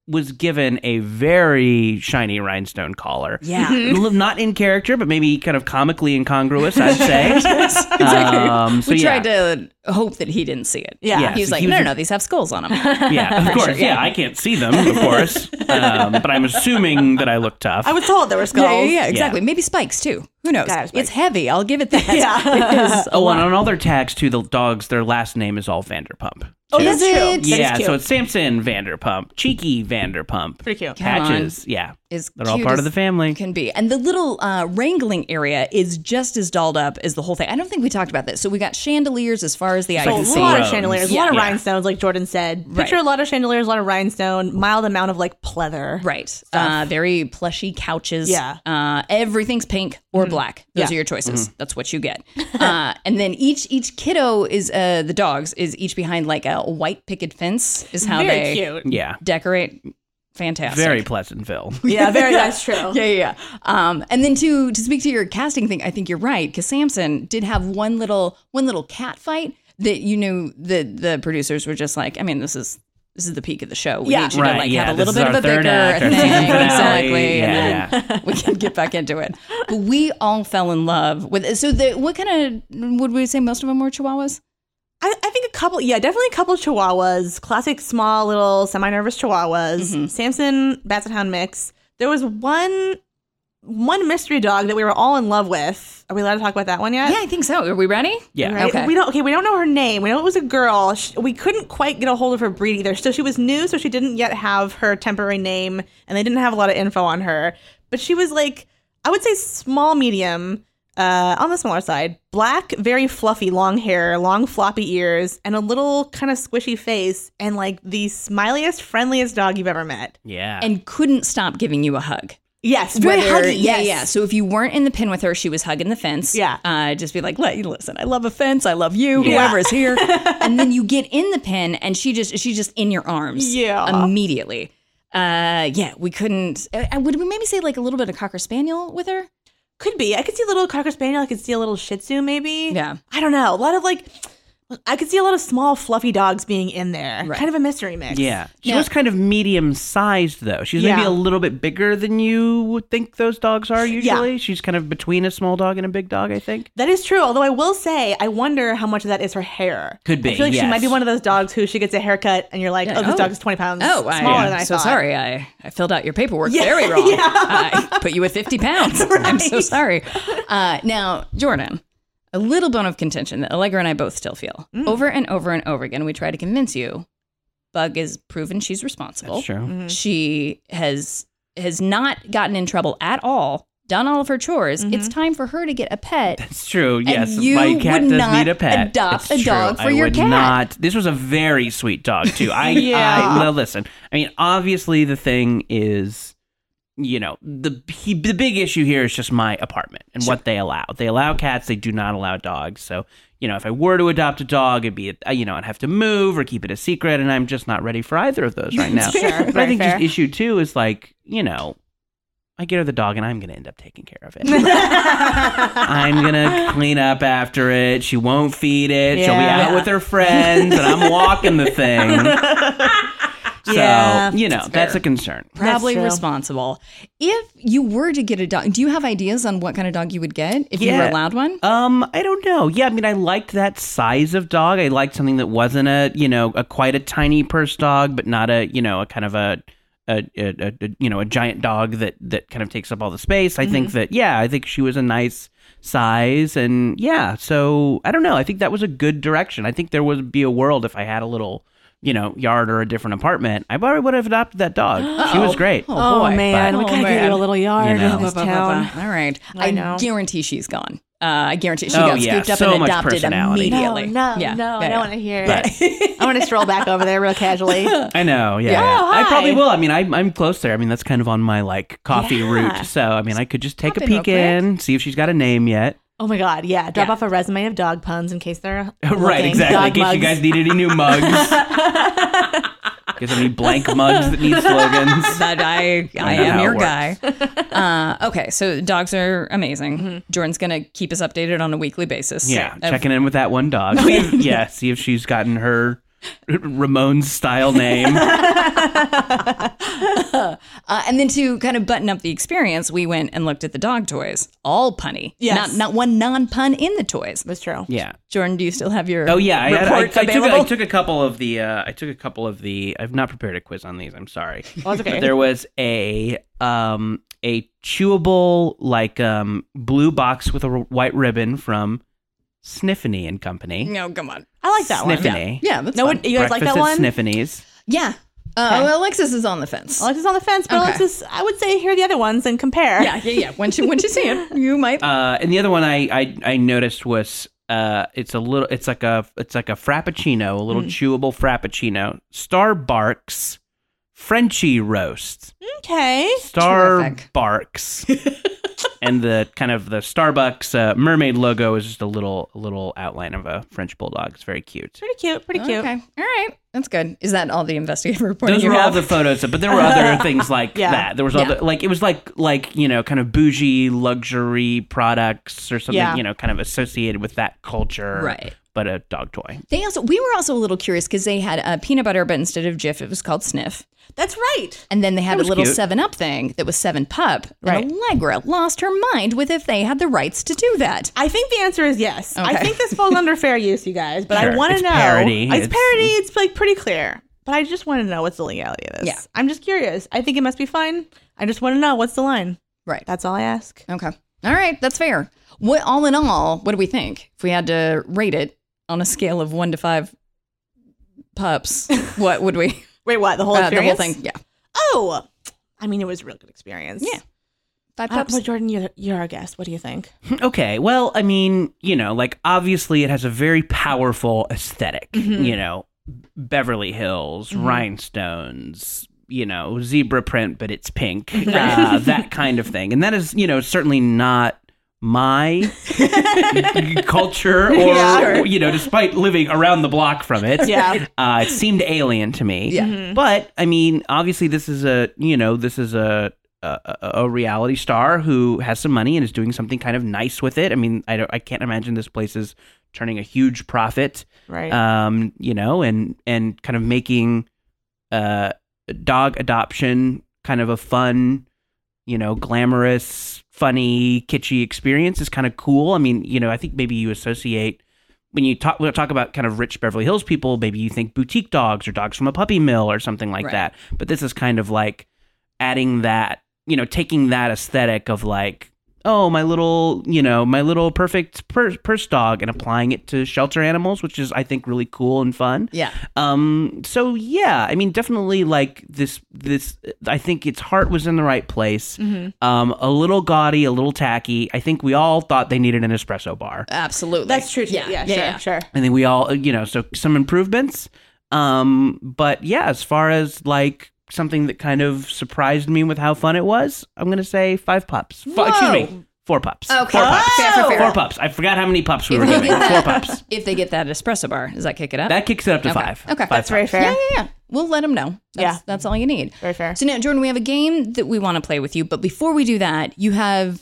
S10: was given a very shiny rhinestone collar.
S12: Yeah.
S4: Mm-hmm.
S3: Mm-hmm.
S10: L- not in character, but maybe kind of comically incongruous. I'd say.
S3: Yes, exactly.
S10: Um, so
S3: we
S10: yeah.
S3: tried to hope that he didn't see it.
S10: Yeah. Yes,
S3: he was like,
S10: he was
S3: no, no,
S10: a-
S3: no, these have skulls on them.
S10: yeah, of
S3: For
S10: course.
S3: sure,
S10: yeah. I can't see them, of course. Um, but I'm assuming that I look tough.
S4: I was told there were skulls.
S3: Yeah, yeah, yeah, exactly. Maybe spikes too. Who knows? It's heavy. I'll give it that.
S4: Yeah.
S3: It is a
S10: oh,
S3: lot.
S10: and on all their tags too, the dogs, their last name is all Vanderpump.
S3: Oh,
S10: too.
S3: that's true. That is
S10: yeah,
S3: cute.
S10: so it's Samson Vanderpump, Cheeky Vanderpump,
S4: Pretty cute.
S3: Come on.
S10: Patches. Yeah,
S3: Is
S10: they're all
S3: cute
S10: part
S3: as
S10: of the family.
S3: Can be. And the little uh, wrangling area is just as dolled up as the whole thing. I don't think we talked about this. So we got chandeliers as far as the eye
S4: So a
S3: can see.
S4: lot of chandeliers, a lot of
S3: Yeah.
S4: rhinestones, like Jordan said.
S3: Right.
S4: Picture a lot of chandeliers, a lot of rhinestone, mild amount of like pleather.
S3: Right. Uh, very plushy couches.
S4: Yeah.
S3: Uh, everything's pink or black. Those are
S4: Yeah.
S3: your choices.
S4: Mhm.
S3: That's what you get. uh, and then each each kiddo is uh, the dogs is each behind like a white picket fence is how they
S4: Very cute.
S10: Yeah.
S3: decorate. Fantastic.
S10: Very Pleasantville.
S4: Yeah, very- that's true.
S3: Yeah, yeah, yeah. Um, and then to to speak to your casting thing, I think you're right because Samson did have one little one little cat fight that you knew that the producers were just like, I mean, this is this is the peak of the show. We
S12: Yeah.
S3: need you
S12: Right,
S3: to like
S12: yeah,
S3: have a
S12: this
S3: little
S12: is
S3: bit of
S12: our
S3: a
S12: third
S3: bigger
S12: act, our
S3: thing,
S12: season finale.
S3: exactly.
S12: Yeah,
S3: and then we can get back into it. But we all fell in love with it. So the what kind of would we say most of them were chihuahuas?
S4: I, I think a couple, yeah, definitely a couple chihuahuas, classic small little semi nervous chihuahuas, Samson Basset Hound mix. There was one one mystery dog that we were all in love with. Are we allowed to talk about that one yet?
S3: Yeah, I think so. Are we ready?
S10: Yeah.
S4: Right?
S10: Okay.
S4: We don't. Okay. We don't know her name. We know it was a girl. Sh we couldn't quite get a hold of her breed either. So she was new, so she didn't yet have her temporary name, and they didn't have a lot of info on her. But she was like, I would say small medium, uh, on the smaller side, black, very fluffy, long hair, long floppy ears, and a little kind of squishy face, and like the smiliest, friendliest dog you've ever met.
S10: Yeah.
S3: And couldn't stop giving you a hug.
S4: Yes, very
S3: Whether-
S4: huggy.
S3: Yeah,
S4: yes.
S3: yeah. So if you weren't in the pin with her, she was hugging the fence. Yeah. Uh, just be like, "Let- listen, I love a fence. I love you,
S4: Yeah.
S3: whoever's here. and then you get in the pin and she just, she's just in your arms.
S4: Yeah.
S3: Immediately. Uh, yeah, we couldn't, uh, uh, would we maybe say like a little bit of Cocker Spaniel with her?
S4: Could be. I could see a little Cocker Spaniel. I could see a little Shih Tzu, maybe.
S3: Yeah.
S4: I don't know. A lot of like, I could see a lot of small, fluffy dogs being in there.
S10: Right.
S4: Kind of a mystery mix.
S10: Yeah. She was kind of medium sized, though. She's maybe
S4: Yeah.
S10: a little bit bigger than you would think those dogs are usually. She's kind of between a small dog and a big dog, I think.
S4: That is true. Although I will say, I wonder how much of that is her hair.
S10: Could be,
S4: I feel like she
S10: yes.
S4: might be one of those dogs who she gets a haircut and you're like,
S3: Yeah.
S4: oh, this
S3: Oh.
S4: dog is 20 pounds
S3: Oh,
S4: smaller
S3: I,
S4: than I
S3: am so
S4: thought.
S3: sorry. I, I filled out your paperwork
S4: Yeah,
S3: very wrong.
S4: yeah.
S3: I put you at 50 pounds. I'm so sorry. Uh, now, Jordan, a little bone of contention that Allegra and I both still feel.
S4: Mm.
S3: Over and over and over again, we try to convince you Bug is proven she's responsible.
S10: That's true.
S4: Mm-hmm.
S10: Mhm.
S3: She has has not gotten in trouble at all, done all of her chores.
S4: Mm-hmm.
S3: It's time for her to get a pet.
S10: It's true. Yes,
S3: you
S10: my cat
S3: would
S10: does
S3: not
S10: need a pet.
S3: adopt
S10: It's
S3: a dog
S10: true.
S3: for
S10: I
S3: your
S10: would
S3: cat.
S10: Not. This was a very sweet dog too. I,
S3: Yeah.
S10: I well, listen. I mean, obviously the thing is, you know, the he, the big issue here is just my apartment and what they allow. They allow cats. They do not allow dogs. So you know, if I were to adopt a dog, it'd be uh, you know, I'd have to move or keep it a secret, and I'm just not ready for either of those right now.
S3: Sure.
S10: But I
S3: Very
S10: think
S3: fair.
S10: just issue two is like you know. I get her the dog, and I'm going to end up taking care of it.
S3: Oh,
S10: I'm gonna clean up after it. She won't feed it. She'll be
S12: Yeah.
S10: out with her friends, and I'm walking the thing. So
S3: Yeah,
S10: you know
S3: that's
S10: that's,
S3: fair.
S10: a concern.
S3: Probably responsible. If you were to get a dog, do you have ideas on what kind of dog you would get if you were
S10: Yeah.
S3: allowed one?
S10: Um, I don't know. Yeah, I mean, I liked that size of dog. I liked something that wasn't a you know a quite a tiny purse dog, but not a you know a kind of a. A, a, a- a- you know a giant dog that that kind of takes up all the space. I think
S12: Mhm.
S10: that yeah, I think she was a nice size and yeah. So I don't know. I think that was a good direction. I think there would be a world if I had a little you know yard or a different apartment. I probably would have adopted that dog. She was
S3: Uh-oh.
S10: great.
S3: Oh, boy.
S10: But- You know.
S3: All right. I,
S4: know.
S3: guarantee she's gone. Uh, I guarantee she
S10: Oh,
S3: got
S10: yeah,
S3: scooped up
S10: so
S3: and
S10: much
S3: adopted
S10: personality.
S3: immediately.
S4: No, no,
S3: Yeah,
S4: no.
S3: yeah,
S4: I
S3: yeah.
S4: don't want to hear
S10: But-
S4: it. I want to stroll back over there real casually.
S10: I know, yeah.
S4: Yeah. Oh,
S10: I probably
S4: hi.
S10: will. I mean, I, I'm close there. I mean, that's kind of on my like coffee
S4: Yeah.
S10: route. So, I mean, I could just take a
S4: in real
S10: peek
S4: quick.
S10: in, see if she's got a name yet.
S4: Oh my God. Yeah. Drop off a resume of dog puns in case they're.
S10: right,
S4: looking.
S10: exactly.
S4: Dog
S10: in case
S4: mugs.
S10: you guys need any new mugs. Guess I need blank mugs that need slogans.
S3: That I, I
S10: know
S3: am
S10: how it
S3: your guy.
S10: works.
S3: Uh, okay, so dogs are amazing.
S4: Mm-hmm.
S3: Jordan's gonna keep us updated on a weekly basis.
S10: Yeah,
S3: of-
S10: checking in with that one dog. yeah, see if she's gotten her Ramon's style name.
S3: Uh, and then to kind of button up the experience, we went and looked at the dog toys, all punny.
S10: Yes.
S3: Not, not one non pun in the toys. That's true.
S10: Yeah.
S3: Jordan, do you still have your
S10: Oh yeah, I, I, I, I
S3: report
S10: took,
S3: available?
S10: I took a couple of the. Uh, I took a couple of the. I've not prepared a quiz on these. I'm sorry.
S12: that's okay.
S10: But there was a um a chewable like um blue box with a r- white ribbon from Sniffany and Company.
S3: No, come on.
S4: I like that one.
S10: Sniffany.
S3: Yeah, that's
S4: No,
S3: fun.
S4: what- you guys like that
S10: Breakfast
S4: one?
S10: at Sniffany's.
S3: Yeah. Uh, well, Alexis is on the fence.
S4: Alexis is on the fence, but
S3: Okay.
S4: Alexis, I would say hear the other ones and compare.
S3: Yeah, yeah, yeah. Once you once you see it, you might.
S10: Uh, and the other one I I, I noticed was. Uh, it's a little. It's like a. It's like a frappuccino, a little
S4: Mm.
S10: chewable frappuccino. Starbucks, Frenchy roast.
S4: Okay.
S10: Star barks, and the kind of the Starbucks uh, mermaid logo is just a little a little outline of a French bulldog. It's very cute.
S4: Pretty cute. Pretty cute.
S3: Oh, Okay. All right. That's good. Is that all the investigative reporting
S10: Those
S3: you
S10: were all
S3: have?
S10: the photos, but there were other things like
S3: Yeah.
S10: that. There was
S3: Yeah.
S10: other like it was like like you know kind of bougie luxury products or something
S3: Yeah.
S10: you know kind of associated with that culture,
S3: Right.
S10: But a dog toy.
S3: they also we were also a little curious because they had uh, peanut butter, but instead of Jif, it was called Sniff.
S4: That's right.
S3: And then they had a
S10: That was
S3: little
S10: cute.
S3: Seven Up thing that was Seven Pup.
S4: Right.
S3: And Allegra lost her mind with if they had the rights to do that.
S4: I think the answer is yes. I
S3: Okay.
S4: think this falls under fair use, you guys, but I
S3: Sure.
S4: want to
S3: It's
S4: know.
S10: parody.
S4: It's,
S10: It's-
S4: parody. It's like pretty clear, but I just want to know what's the legality of this.
S3: Yeah.
S4: I'm just curious. I think it must be fine. I just want to know what's the line.
S3: Right.
S4: That's all I ask.
S3: Okay. All right. That's fair. What all in all, what do we think if we had to rate it on a scale of one to five pups? What would we?
S4: Wait, what? The whole
S3: Uh, the whole
S4: experience?
S3: thing. Yeah.
S4: Oh, I mean, it was a real good experience. Yeah.
S3: Five
S4: Uh, well, Jordan, you're, you're our guest. What do you think?
S10: Okay. Well, I mean, you know, like obviously it has a very powerful esthetic
S12: Mm-hmm.
S4: Mhm.
S10: you know, Beverly Hills,
S4: Mhm.
S10: rhinestones, you know, zebra print, but it's pink, uh, that kind of thing. And that is, you know, certainly not my culture or,
S12: Yeah, sure.
S10: you know, despite living around the block from it.
S12: Yeah.
S10: Uh, it seemed alien to me.
S12: Yeah. Mhm.
S10: But I mean, obviously this is a, you know, this is a, a, a a reality star who has some money and is doing something kind of nice with it. I mean, I don't, I can't imagine this place is turning a huge profit,
S4: Right.
S10: Um, you know, and and kind of making uh dog adoption kind of a fun, you know, glamorous, funny, kitschy experience is kind of cool. I mean, you know, I think maybe you associate when you talk we talk about kind of rich Beverly Hills people, maybe you think boutique dogs or dogs from a puppy mill or something like
S12: Right.
S10: that. But this is kind of like adding that, you know, taking that aesthetic of like, oh, my little, you know, my little perfect purse, purse dog and applying it to shelter animals, which is I think really cool and fun.
S3: Yeah.
S10: Um so yeah, I mean definitely like this this I think its heart was in the right place.
S3: Mhm.
S10: Um a little gaudy, a little tacky. I think we all thought they needed an espresso bar.
S3: Absolutely.
S4: That's true. Too. Yeah, sure, sure.
S10: I think we all, uh, you know, so some improvements. Um, but yeah, as far as like something that kind of surprised me with how fun it was, I'm gonna say five pups. F- excuse me, four pups.
S3: Okay.
S10: four pups.
S3: Fair, fair, fair.
S10: Four pups. I forgot how many pups we were
S3: if, they
S10: giving.
S3: get
S10: Four
S3: that,
S10: pups.
S3: if they get that espresso bar, does that kick it up?
S10: That kicks it up to
S3: okay.
S10: five.
S3: Okay,
S10: Five pups.
S3: Yeah, yeah, yeah. We'll let them know. That's, yeah, that's all you need.
S4: Very fair.
S3: So now, Jordan, we have a game that we want to play with you, but before we do that, you have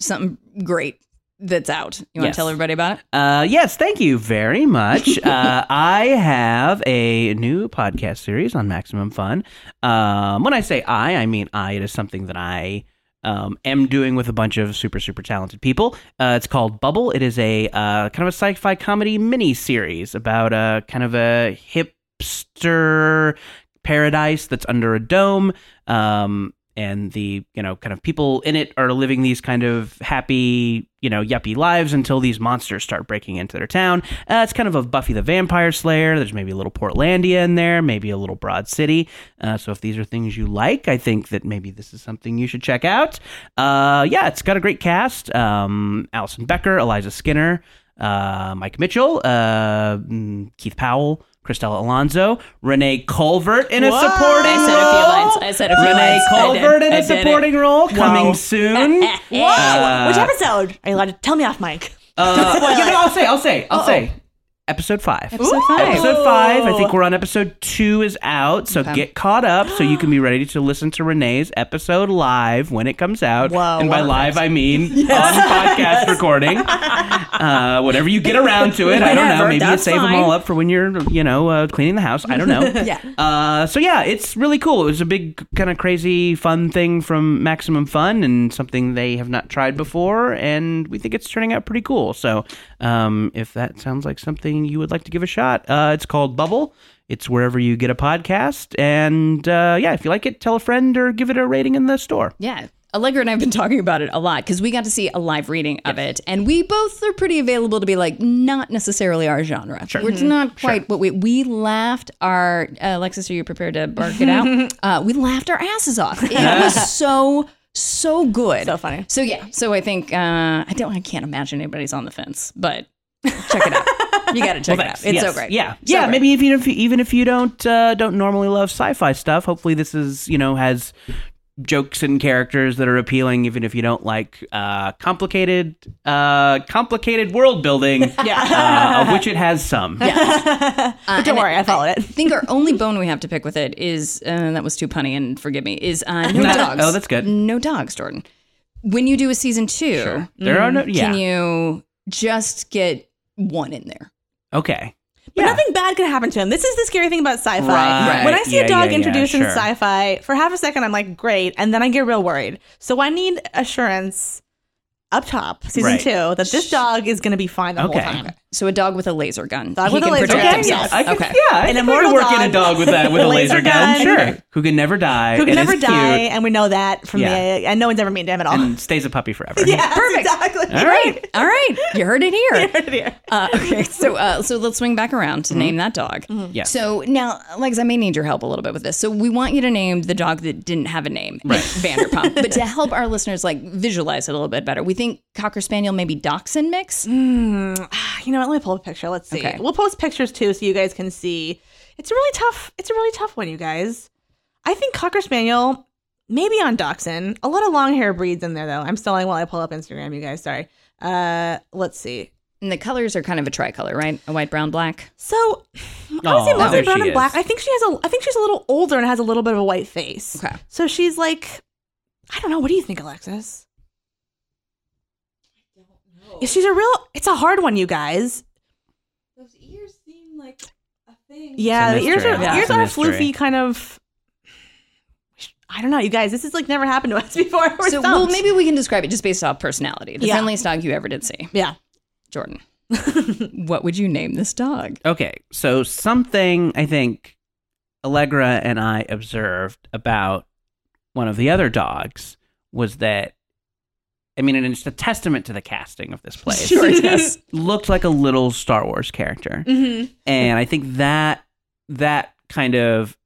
S3: something great that's out. You want to
S10: Yes.
S3: tell everybody about it?
S10: Uh, yes, thank you very much. uh, I have a new podcast series on Maximum Fun. Um, when I say I, I mean I. It is something that I um, am doing with a bunch of super, super talented people. Uh, it's called Bubble. It is a uh, kind of a sci fi comedy mini series about a kind of a hipster paradise that's under a dome. Um, and the you know kind of people in it are living these kind of happy you know yuppie lives until these monsters start breaking into their town. Uh, it's kind of a Buffy the Vampire Slayer. There's maybe a little Portlandia in there, maybe a little Broad City. Uh, so if these are things you like, I think that maybe this is something you should check out. Uh, yeah, it's got a great cast: um, Allison Becker, Eliza Skinner, uh, Mike Mitchell, uh, mm, Keith Powell. Christella Alonso, Renee Colvert in a
S3: Whoa!
S10: supporting
S3: I said a few
S10: role.
S3: lines. I said a few
S10: Renee
S3: lines. I did.
S10: Colvert in
S3: I
S10: a
S3: did it.
S10: supporting role coming
S3: Wow.
S10: soon.
S4: Whoa! Which episode? Are you allowed to tell me off mic?
S10: Uh,
S4: Spoil
S10: yeah,
S4: it.
S10: no, I'll say, I'll say, I'll
S4: Uh-oh.
S10: say. Episode five.
S4: Episode Ooh. five.
S10: Episode five. I think
S4: Ooh.
S10: we're on episode two is out, so
S4: Okay.
S10: get caught up so you can be ready to listen to Renee's episode live when it comes out. Whoa, and by
S12: wow.
S10: live I mean
S12: Yes.
S10: on podcast recording. Uh, whenever you get around to it, I don't know.
S12: Whenever,
S10: Maybe you
S12: that's
S10: save
S12: fine.
S10: them all up for when you're, you know, uh, cleaning the house. I don't know.
S12: Yeah.
S10: Uh, so yeah, it's really cool. It was a big, kind of crazy, fun thing from Maximum Fun, and something they have not tried before, and we think it's turning out pretty cool. So, um, if that sounds like something you would like to give a shot, uh, it's called Bubble. It's wherever you get a podcast, and uh, yeah, if you like it, tell a friend or give it a rating in the store.
S3: Yeah. Allegra and I have been talking about it a lot because we got to see a live reading of it, and we both are pretty available to be like, not necessarily our genre. Sure. It's
S2: Mhm.
S3: not quite what we we laughed our uh, Alexis. Are you prepared to bark it out? uh, we laughed our asses off. It was so so good, so
S4: funny.
S3: So yeah, so I think uh, I don't. I can't imagine anybody's on the fence, but check it out. You got to check
S10: Well,
S3: it out.
S10: thanks.
S3: It's so
S10: Yes.
S3: great.
S10: Yeah,
S3: So
S10: yeah.
S3: great.
S10: Maybe even if you, even if you don't uh, don't normally love sci-fi stuff, hopefully this is you know has jokes and characters that are appealing, even if you don't like uh, complicated uh, complicated world building. uh, of which it has some. Uh,
S3: but don't worry, I followed it. I think our only bone we have to pick with it is uh, that was too punny and forgive me is uh, no
S10: No.
S3: dogs.
S10: Oh, that's good.
S3: No dogs, Jordan. When you do a season two,
S10: There are no- yeah.
S3: Mm-hmm. Can you just get one in there?
S10: Okay.
S4: But nothing bad could happen to him. This is the scary thing about sci-fi.
S10: Right.
S4: When I see
S10: Yeah,
S4: a dog
S10: yeah, yeah,
S4: introduced in
S10: sure.
S4: sci-fi, for half a second I'm like, great, and then I get real worried. So I need assurance up top season
S10: Right.
S4: two that this dog is going to be fine the
S10: Okay.
S4: whole time.
S3: So a dog with a laser gun.
S4: Dog
S3: He
S4: with a
S3: can
S4: laser
S3: protect
S4: gun.
S3: himself.
S4: Yes. I
S10: could-
S3: okay.
S4: yeah, an
S10: Or
S4: immortal
S10: work in
S4: dog.
S10: a dog with that with a laser, gun, sure, who can never die,
S4: Who can
S10: and
S4: never
S10: is
S4: die,
S10: cute,
S4: and we know that from
S10: Yeah.
S4: the and no one's ever mean to him at all.
S10: and stays a puppy forever.
S4: yeah, perfect. Exactly.
S3: All right. All right. You heard it here. Mm-hmm.
S4: here.
S3: Uh, okay. So uh, so let's swing back around to name that dog.
S10: Yeah.
S3: So now, Legs, I may need your help a little bit with this. So we want you to name the dog that didn't have a name,
S10: Right.
S3: Vanderpump. but to help our listeners like visualize it a little bit better, we think Cocker Spaniel maybe Dachshund mix.
S4: You know what? Let me pull up a picture. Let's see.
S3: Okay.
S4: We'll post pictures too, so you guys can see. It's a really tough. It's a really tough one, you guys. I think cocker spaniel, maybe on dachshund. A lot of long hair breeds in there, though. I'm stalling while I pull up Instagram, you guys. Sorry. Uh, let's see.
S3: And the colors are kind of a tricolor, right? A white, brown, black.
S4: So I would say mostly brown and black. I think she has a. I think she's a little older and has a little bit of a white face.
S3: Okay.
S4: So she's like, I don't know. What do you think, Alexis? I don't know. She's a real. It's a hard one, you guys. Those ears seem like a thing. Yeah,
S10: It's
S4: the
S10: a
S4: ears are
S10: mystery. Yeah.
S4: ears
S10: It's a
S4: are
S10: mystery.
S4: floofy, kind of. I don't know, you guys. This has like never happened to us before. We're
S3: so well,
S4: stumped.
S3: maybe we can describe it just based off personality. The
S4: Yeah.
S3: friendliest dog you ever did see,
S4: Yeah.
S3: Jordan. what would you name this dog?
S10: Okay, so something I think Allegra and I observed about one of the other dogs was that, I mean, and it's a testament to the casting of this place.
S3: Sure, yes.
S10: Looked like a little Star Wars character.
S4: Mm-hmm.
S10: and I think that that kind of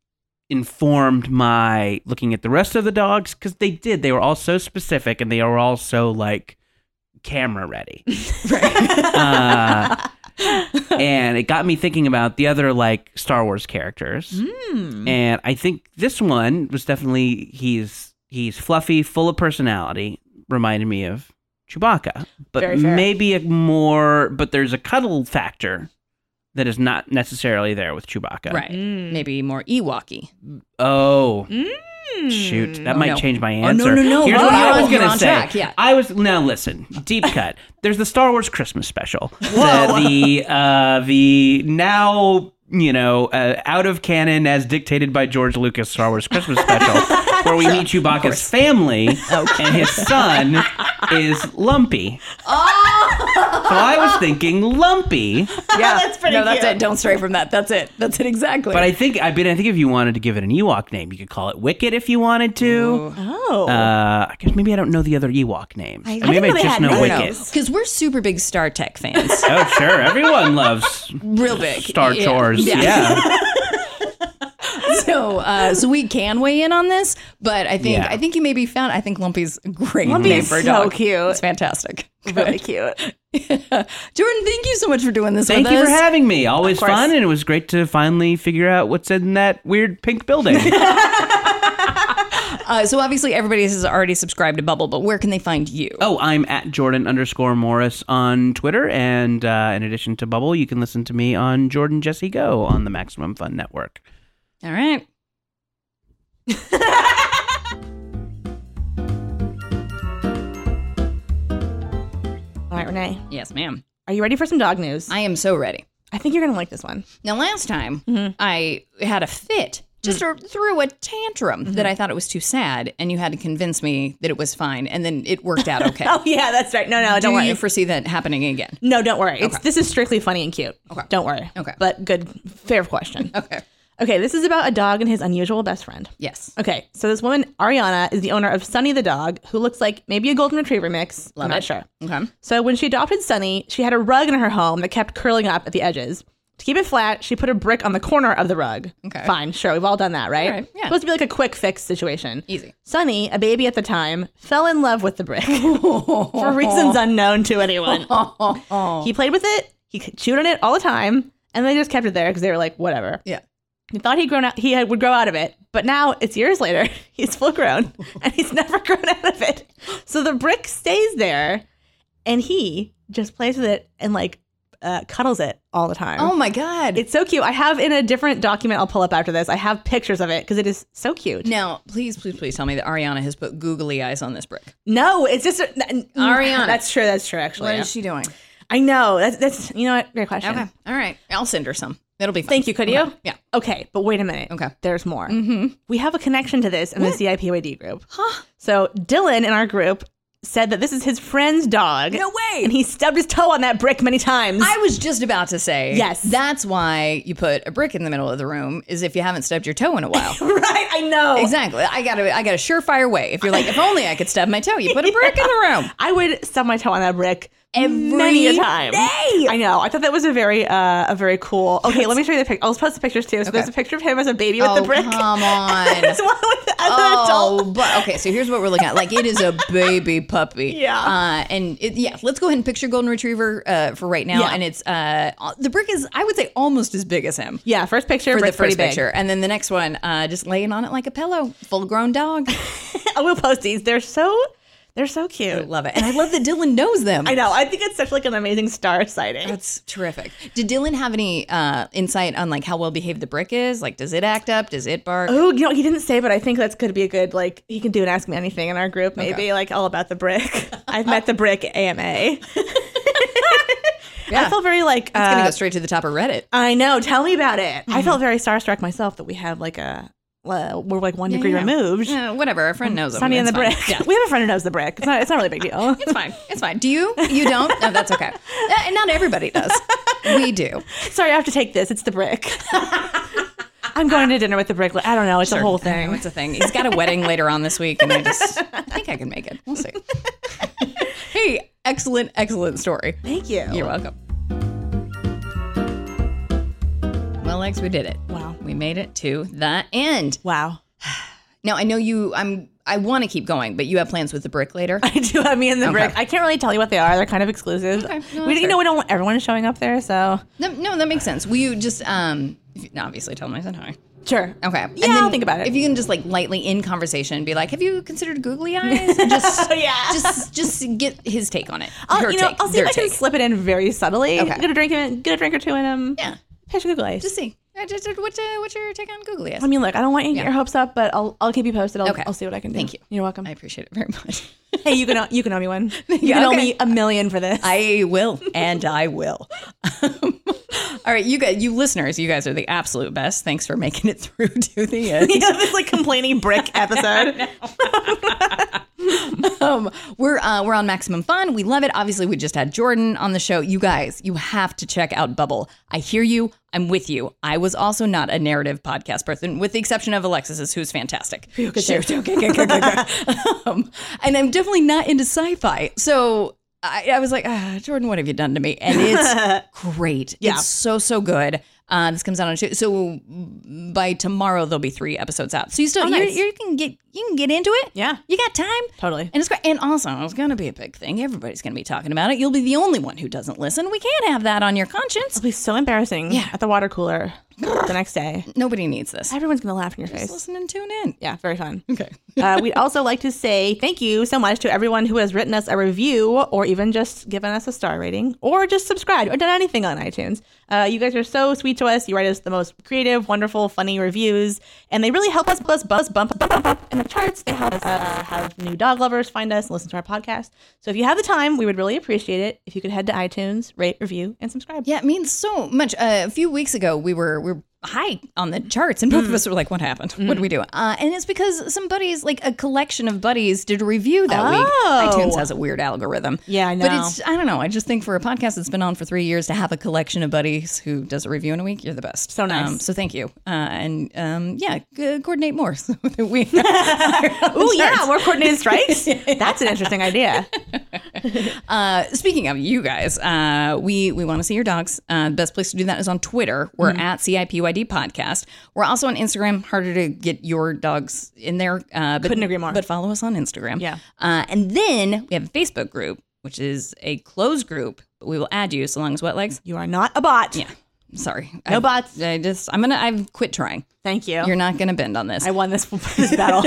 S10: informed my looking at the rest of the dogs because they did. They were all so specific and they were all so like camera ready. uh, and it got me thinking about the other like Star Wars characters.
S4: Hmm.
S10: And I think this one was definitely he's he's fluffy, full of personality, reminded me of Chewbacca. But
S4: Very fair.
S10: maybe a more but there's a cuddle factor that is not necessarily there with Chewbacca.
S3: Right. Maybe more Ewoky.
S10: Oh. Shoot, that
S3: Oh,
S10: might
S3: no.
S10: change my
S3: no,
S10: answer.
S3: no, no.
S10: Here's
S3: We're
S10: what
S3: on-
S10: I was
S3: we're
S10: gonna
S3: on
S10: say.
S3: track, yeah.
S10: I was now listen. Deep cut. There's the Star Wars Christmas special. The the, uh, the now you know uh, out of canon as dictated by George Lucas Star Wars Christmas special, where we meet Chewbacca's family and his son is Lumpy.
S3: Oh.
S10: So I was thinking Lumpy,
S3: Yeah, Oh, that's pretty. No, that's it. Don't stray from that. That's it. That's it exactly.
S10: but I think I mean I think if you wanted to give it an Ewok name, you could call it Wicket if you wanted to.
S4: Oh.
S10: Uh, I guess maybe I don't know the other Ewok names. Or maybe I, just know Wicket.
S3: because we're super big Star Trek fans,
S10: oh, sure. Everyone loves
S3: real big
S10: Star
S3: Yeah.
S10: Chores. Yeah.
S3: so, uh, so we can weigh in on this, but I think
S10: Yeah. Mm-hmm.
S3: I think you maybe found. I think Lumpy's a great
S4: Lumpy
S3: name
S4: is
S3: for a
S4: so
S3: dog.
S4: cute.
S3: It's fantastic.
S4: really
S3: Good.
S4: cute.
S3: Jordan, thank you so much for doing this.
S10: Thank
S3: with
S10: you for
S3: us.
S10: having me. Always
S3: course.
S10: fun, and it was great to finally figure out what's in that weird pink building.
S3: Uh, so obviously, everybody has already subscribed to Bubble, but where can they find you?
S10: oh, I'm at Jordan underscore Morris on Twitter, and uh, in addition to Bubble, you can listen to me on Jordan Jesse Go on the Maximum Fun Network.
S3: All right.
S4: All right, Renee.
S3: Yes, ma'am.
S4: Are you ready for some dog news? I,
S3: I am so ready.
S4: think you're gonna like this one.
S3: Now, last time I had a fit, just a, threw a tantrum that I thought it was too sad, and you had to convince me that it was fine, and then it worked out okay.
S4: Oh yeah, that's right. No, no,
S3: Do
S4: don't worry.
S3: you foresee that happening again?
S4: no, don't worry. It's this is strictly funny and cute.
S3: Okay.
S4: Don't worry.
S3: Okay.
S4: But good, fair question.
S3: Okay.
S4: okay, this is about a dog and his unusual best friend.
S3: Yes.
S4: Okay, so this woman Ariana is the owner of Sunny the dog, who looks like maybe a golden retriever mix.
S3: Love
S4: I'm not
S3: it.
S4: sure.
S3: Okay.
S4: So when she adopted Sunny, she had a rug in her home that kept curling up at the edges. To keep it flat, she put a brick on the corner of the rug.
S3: Okay.
S4: Fine, sure, we've all done that, right?
S3: All right, yeah.
S4: Supposed to be like a quick fix situation.
S3: Easy.
S4: Sunny, a baby at the time, fell in love with the brick for reasons unknown to anyone. he played with it, he chewed on it all the time, and they just kept it there because they were like, whatever.
S3: Yeah.
S4: He thought he'd grown out, he had, would grow out of it, but now it's years later. He's full grown, and he's never grown out of it. So the brick stays there, and he just plays with it and like uh, cuddles it all the time.
S3: Oh my God.
S4: It's so cute. I have in a different document I'll pull up after this. I have pictures of it because it is so cute.
S3: now, please, please, please tell me that Ariana has put googly eyes on this brick.
S4: No, it's just a, n-
S3: Ariana.
S4: That's true. That's true. Actually,
S3: What is
S4: yeah.
S3: she doing?
S4: I know. That's that's you know what? Great question.
S3: Okay. All right. I'll send her some. That'll be fun.
S4: Thank you. Could
S3: Okay.
S4: you?
S3: Yeah.
S4: Okay, but wait a minute.
S3: Okay.
S4: There's more.
S3: Mm-hmm.
S4: We have a connection to this in the CIPYD group.
S3: Huh?
S4: So Dylan in our group said that this is his friend's dog.
S3: No way.
S4: And he stubbed his toe on that brick many times.
S3: I was just about to say,
S4: Yes.
S3: that's why you put a brick in the middle of the room is if you haven't stubbed your toe in a while.
S4: right, I know.
S3: Exactly. I got a, I got a surefire way. If you're like, if only I could stub my toe, you put a brick in the room.
S4: I would stub my toe on that brick
S3: Every
S4: many a time.
S3: day.
S4: I know. I thought that was a very uh, a very cool. Okay, let me show you the picture. I'll post the pictures too. So there's a picture of him as a baby with
S3: oh,
S4: the brick.
S3: come on.
S4: There's one with as an adult.
S3: oh, but okay. So here's what we're looking at. Like it is a baby puppy.
S4: Yeah.
S3: Uh, and it, yeah, let's go ahead and picture golden retriever uh, for right now.
S4: Yeah.
S3: And it's uh, the brick is I would say almost as big as him.
S4: Yeah, first picture.
S3: For the
S4: brick's pretty
S3: first
S4: big.
S3: picture, and then the next one, uh, just laying on it like a pillow, full-grown dog.
S4: I will post these. They're so they're so cute. I
S3: love it, and I love that Dylan knows them.
S4: I know. I think it's such like an amazing star sighting.
S3: That's terrific. Did Dylan have any uh, insight on like how well behaved the brick is? Like, does it act up? Does it bark?
S4: Oh, you know, he didn't say, but I think that's going to be a good, like, he can do an Ask Me Anything in our group, maybe,
S3: Okay.
S4: like, all about the brick. I've met the brick AMA.
S3: Yeah.
S4: I felt very, like,
S3: It's gonna
S4: uh,
S3: go straight to the top of Reddit.
S4: I know. Tell me about it. I
S3: Mhm.
S4: felt very starstruck myself that we have, like, a, uh, we're, like, one
S3: Yeah,
S4: degree
S3: yeah.
S4: removed.
S3: Yeah, whatever. Our friend knows. them.
S4: Sunny and the
S3: It's fine.
S4: brick. We have a friend who knows the brick. It's not, it's not really a big deal.
S3: It's fine. It's fine. Do you? You don't? No, that's okay. Uh, and not everybody does. We do.
S4: Sorry, I have to take this. It's the brick. I'm going to dinner with the brick. I don't know. It's a
S3: Sure.
S4: whole
S3: I know,
S4: thing.
S3: It's a thing. He's got a wedding later on this week, and I just I think I can make it. We'll see. hey, excellent, excellent story.
S4: Thank you.
S3: You're welcome. Well, Lex, we did it.
S4: Wow.
S3: We made it to the end.
S4: Wow.
S3: Now I know you. I'm. I want to keep going, but you have plans with the brick later.
S4: I do have me and the
S3: Okay.
S4: brick. I can't really tell you what they are. They're kind of exclusive.
S3: Okay. No,
S4: we,
S3: that's
S4: you know,
S3: fair.
S4: we don't want everyone showing up there, so.
S3: No, no, that makes sense. Will you just um if- no, obviously tell my son hi.
S4: Sure.
S3: Okay. Yeah,
S4: I'll think about it.
S3: If you can just like lightly in conversation be like, "Have you considered googly eyes?" just
S4: Oh, yeah.
S3: just just get his take on it.
S4: I'll,
S3: Her
S4: you know,
S3: take.
S4: I'll see
S3: their
S4: if I can
S3: take.
S4: slip it in very subtly.
S3: Okay.
S4: Get a drink, in, get a drink or two in him.
S3: Yeah.
S4: Pitch a Google Eyes.
S3: Just see. Uh, just- uh, What's, uh, what's your take on googly eyes?
S4: I mean, look, I don't want you to get
S3: Yeah.
S4: your hopes up, but I'll, I'll keep you posted. I'll,
S3: Okay.
S4: I'll see what I can do.
S3: Thank you.
S4: You're welcome.
S3: I appreciate it very much.
S4: hey, you can owe- you can owe me one. You
S3: Yeah,
S4: can owe
S3: okay.
S4: me a million for this.
S3: I will, and I will. Um, All right, you guys, you listeners, you guys are the absolute best. Thanks for making it through to the end.
S4: you know, this like complaining brick episode.
S3: um, we're uh, we're on Maximum Fun. We love it. Obviously, we just had Jordan on the show. You guys, you have to check out Bubble. I hear you. I'm with you. I was also not a narrative podcast person, with the exception of Alexis's, who's fantastic. Sure, okay, okay, okay, okay. um, and I'm definitely not into sci-fi, so. I, I was like, ah, Jordan, what have you done to me? And it's great.
S4: Yeah.
S3: It's so, so good. Uh, this comes out on Tuesday. So by tomorrow, there'll be three episodes out. So you still,
S4: Oh,
S3: you
S4: nice.
S3: you can get, you can get into it.
S4: Yeah.
S3: You got time.
S4: Totally.
S3: And it's great. And also, it's going to be a big thing. Everybody's going to be talking about it. You'll be the only one who doesn't listen. We can't have that on your conscience.
S4: It'll be so embarrassing
S3: Yeah.
S4: at the water cooler the next day.
S3: Nobody needs this.
S4: Everyone's going to laugh in your
S3: Just
S4: face.
S3: listen and tune in.
S4: Yeah, very fun.
S3: Okay.
S4: uh, we'd also like to say thank you so much to everyone who has written us a review or even just given us a star rating or just subscribed or done anything on iTunes. Uh, you guys are so sweet to us. You write us the most creative, wonderful, funny reviews, and they really help us buzz, buzz, bump, bump, bump, bump in the charts. They help us uh, have new dog lovers find us and listen to our podcast. So if you have the time, we would really appreciate it if you could head to iTunes, rate, review, and subscribe.
S3: Yeah, it means so much. Uh, a few weeks ago, we were we were high on the charts, and both
S4: Mm.
S3: of us were like, "What happened? What did we do?" Uh, and it's because some buddies, like a collection of buddies, did a review that
S4: Oh.
S3: week. iTunes has a weird algorithm.
S4: Yeah, I
S3: But
S4: know.
S3: it's I don't know. I just think for a podcast that's been on for three years to have a collection of buddies who does a review in a week, you're the best.
S4: So nice.
S3: Um, so thank you. Uh, and um, yeah, c- coordinate more so that we.
S4: Oh yeah, more coordinated strikes. That's an interesting idea.
S3: Uh, speaking of you guys, uh, we we want to see your dogs. Uh, best place to do that is on Twitter. We're
S4: Mm-hmm.
S3: at CIPYD Podcast. We're also on Instagram. Harder to get your dogs in there. Uh, but,
S4: Couldn't agree more.
S3: But follow us on Instagram.
S4: Yeah.
S3: Uh, and then we have a Facebook group, which is a closed group, but we will add you so long as wet legs.
S4: You are not a bot.
S3: Yeah. Sorry.
S4: No
S3: I-
S4: bots.
S3: I just I'm gonna I've quit trying.
S4: Thank you.
S3: You're not gonna bend on this.
S4: I won this, this battle.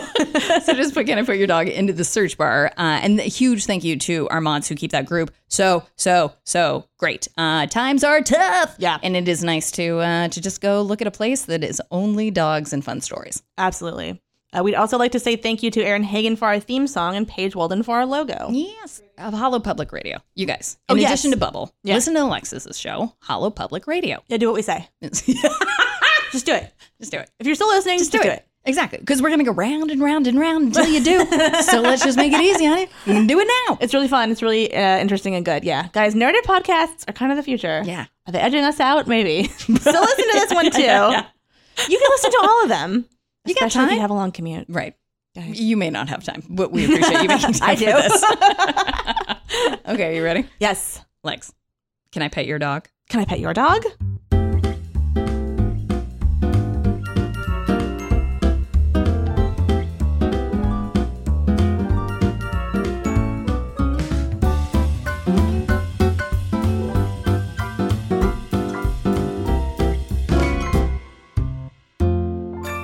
S3: so just put kind of put your dog into the search bar. Uh, and a huge thank you to our mods who keep that group so so so great. Uh, times are tough.
S4: Yeah.
S3: and it is nice to uh, to just go look at a place that is only dogs and fun stories.
S4: Absolutely. Uh, we'd also like to say thank you to Aaron Hagen for our theme song and Paige Walden for our logo.
S3: Yes, of Hollow Public Radio. You guys, in
S4: Oh, yes.
S3: addition to Bubble,
S4: Yeah.
S3: listen to Alexis's show, Hollow Public Radio.
S4: Yeah, do what we say.
S3: just
S4: Just do it.
S3: do it.
S4: If you're still listening, just, do, it.
S3: Exactly, because we're gonna go round and round and round until you do. so let's just make it easy on you. You can do it now.
S4: It's really fun. It's really uh, interesting and good. Yeah, guys, nerded podcasts are kind of the future. Yeah, are they edging us out? Maybe. so listen to this one too. You can listen to all of them.
S3: You got
S4: especially If
S3: time?
S4: you have a long commute,
S3: right? You may not have time, but we appreciate you making time
S4: I
S3: for
S4: do.
S3: this. okay, you ready?
S4: Yes.
S3: Lex, can I pet your dog?
S4: Can I pet your dog?
S12: MaximumFun.org.
S13: Comedy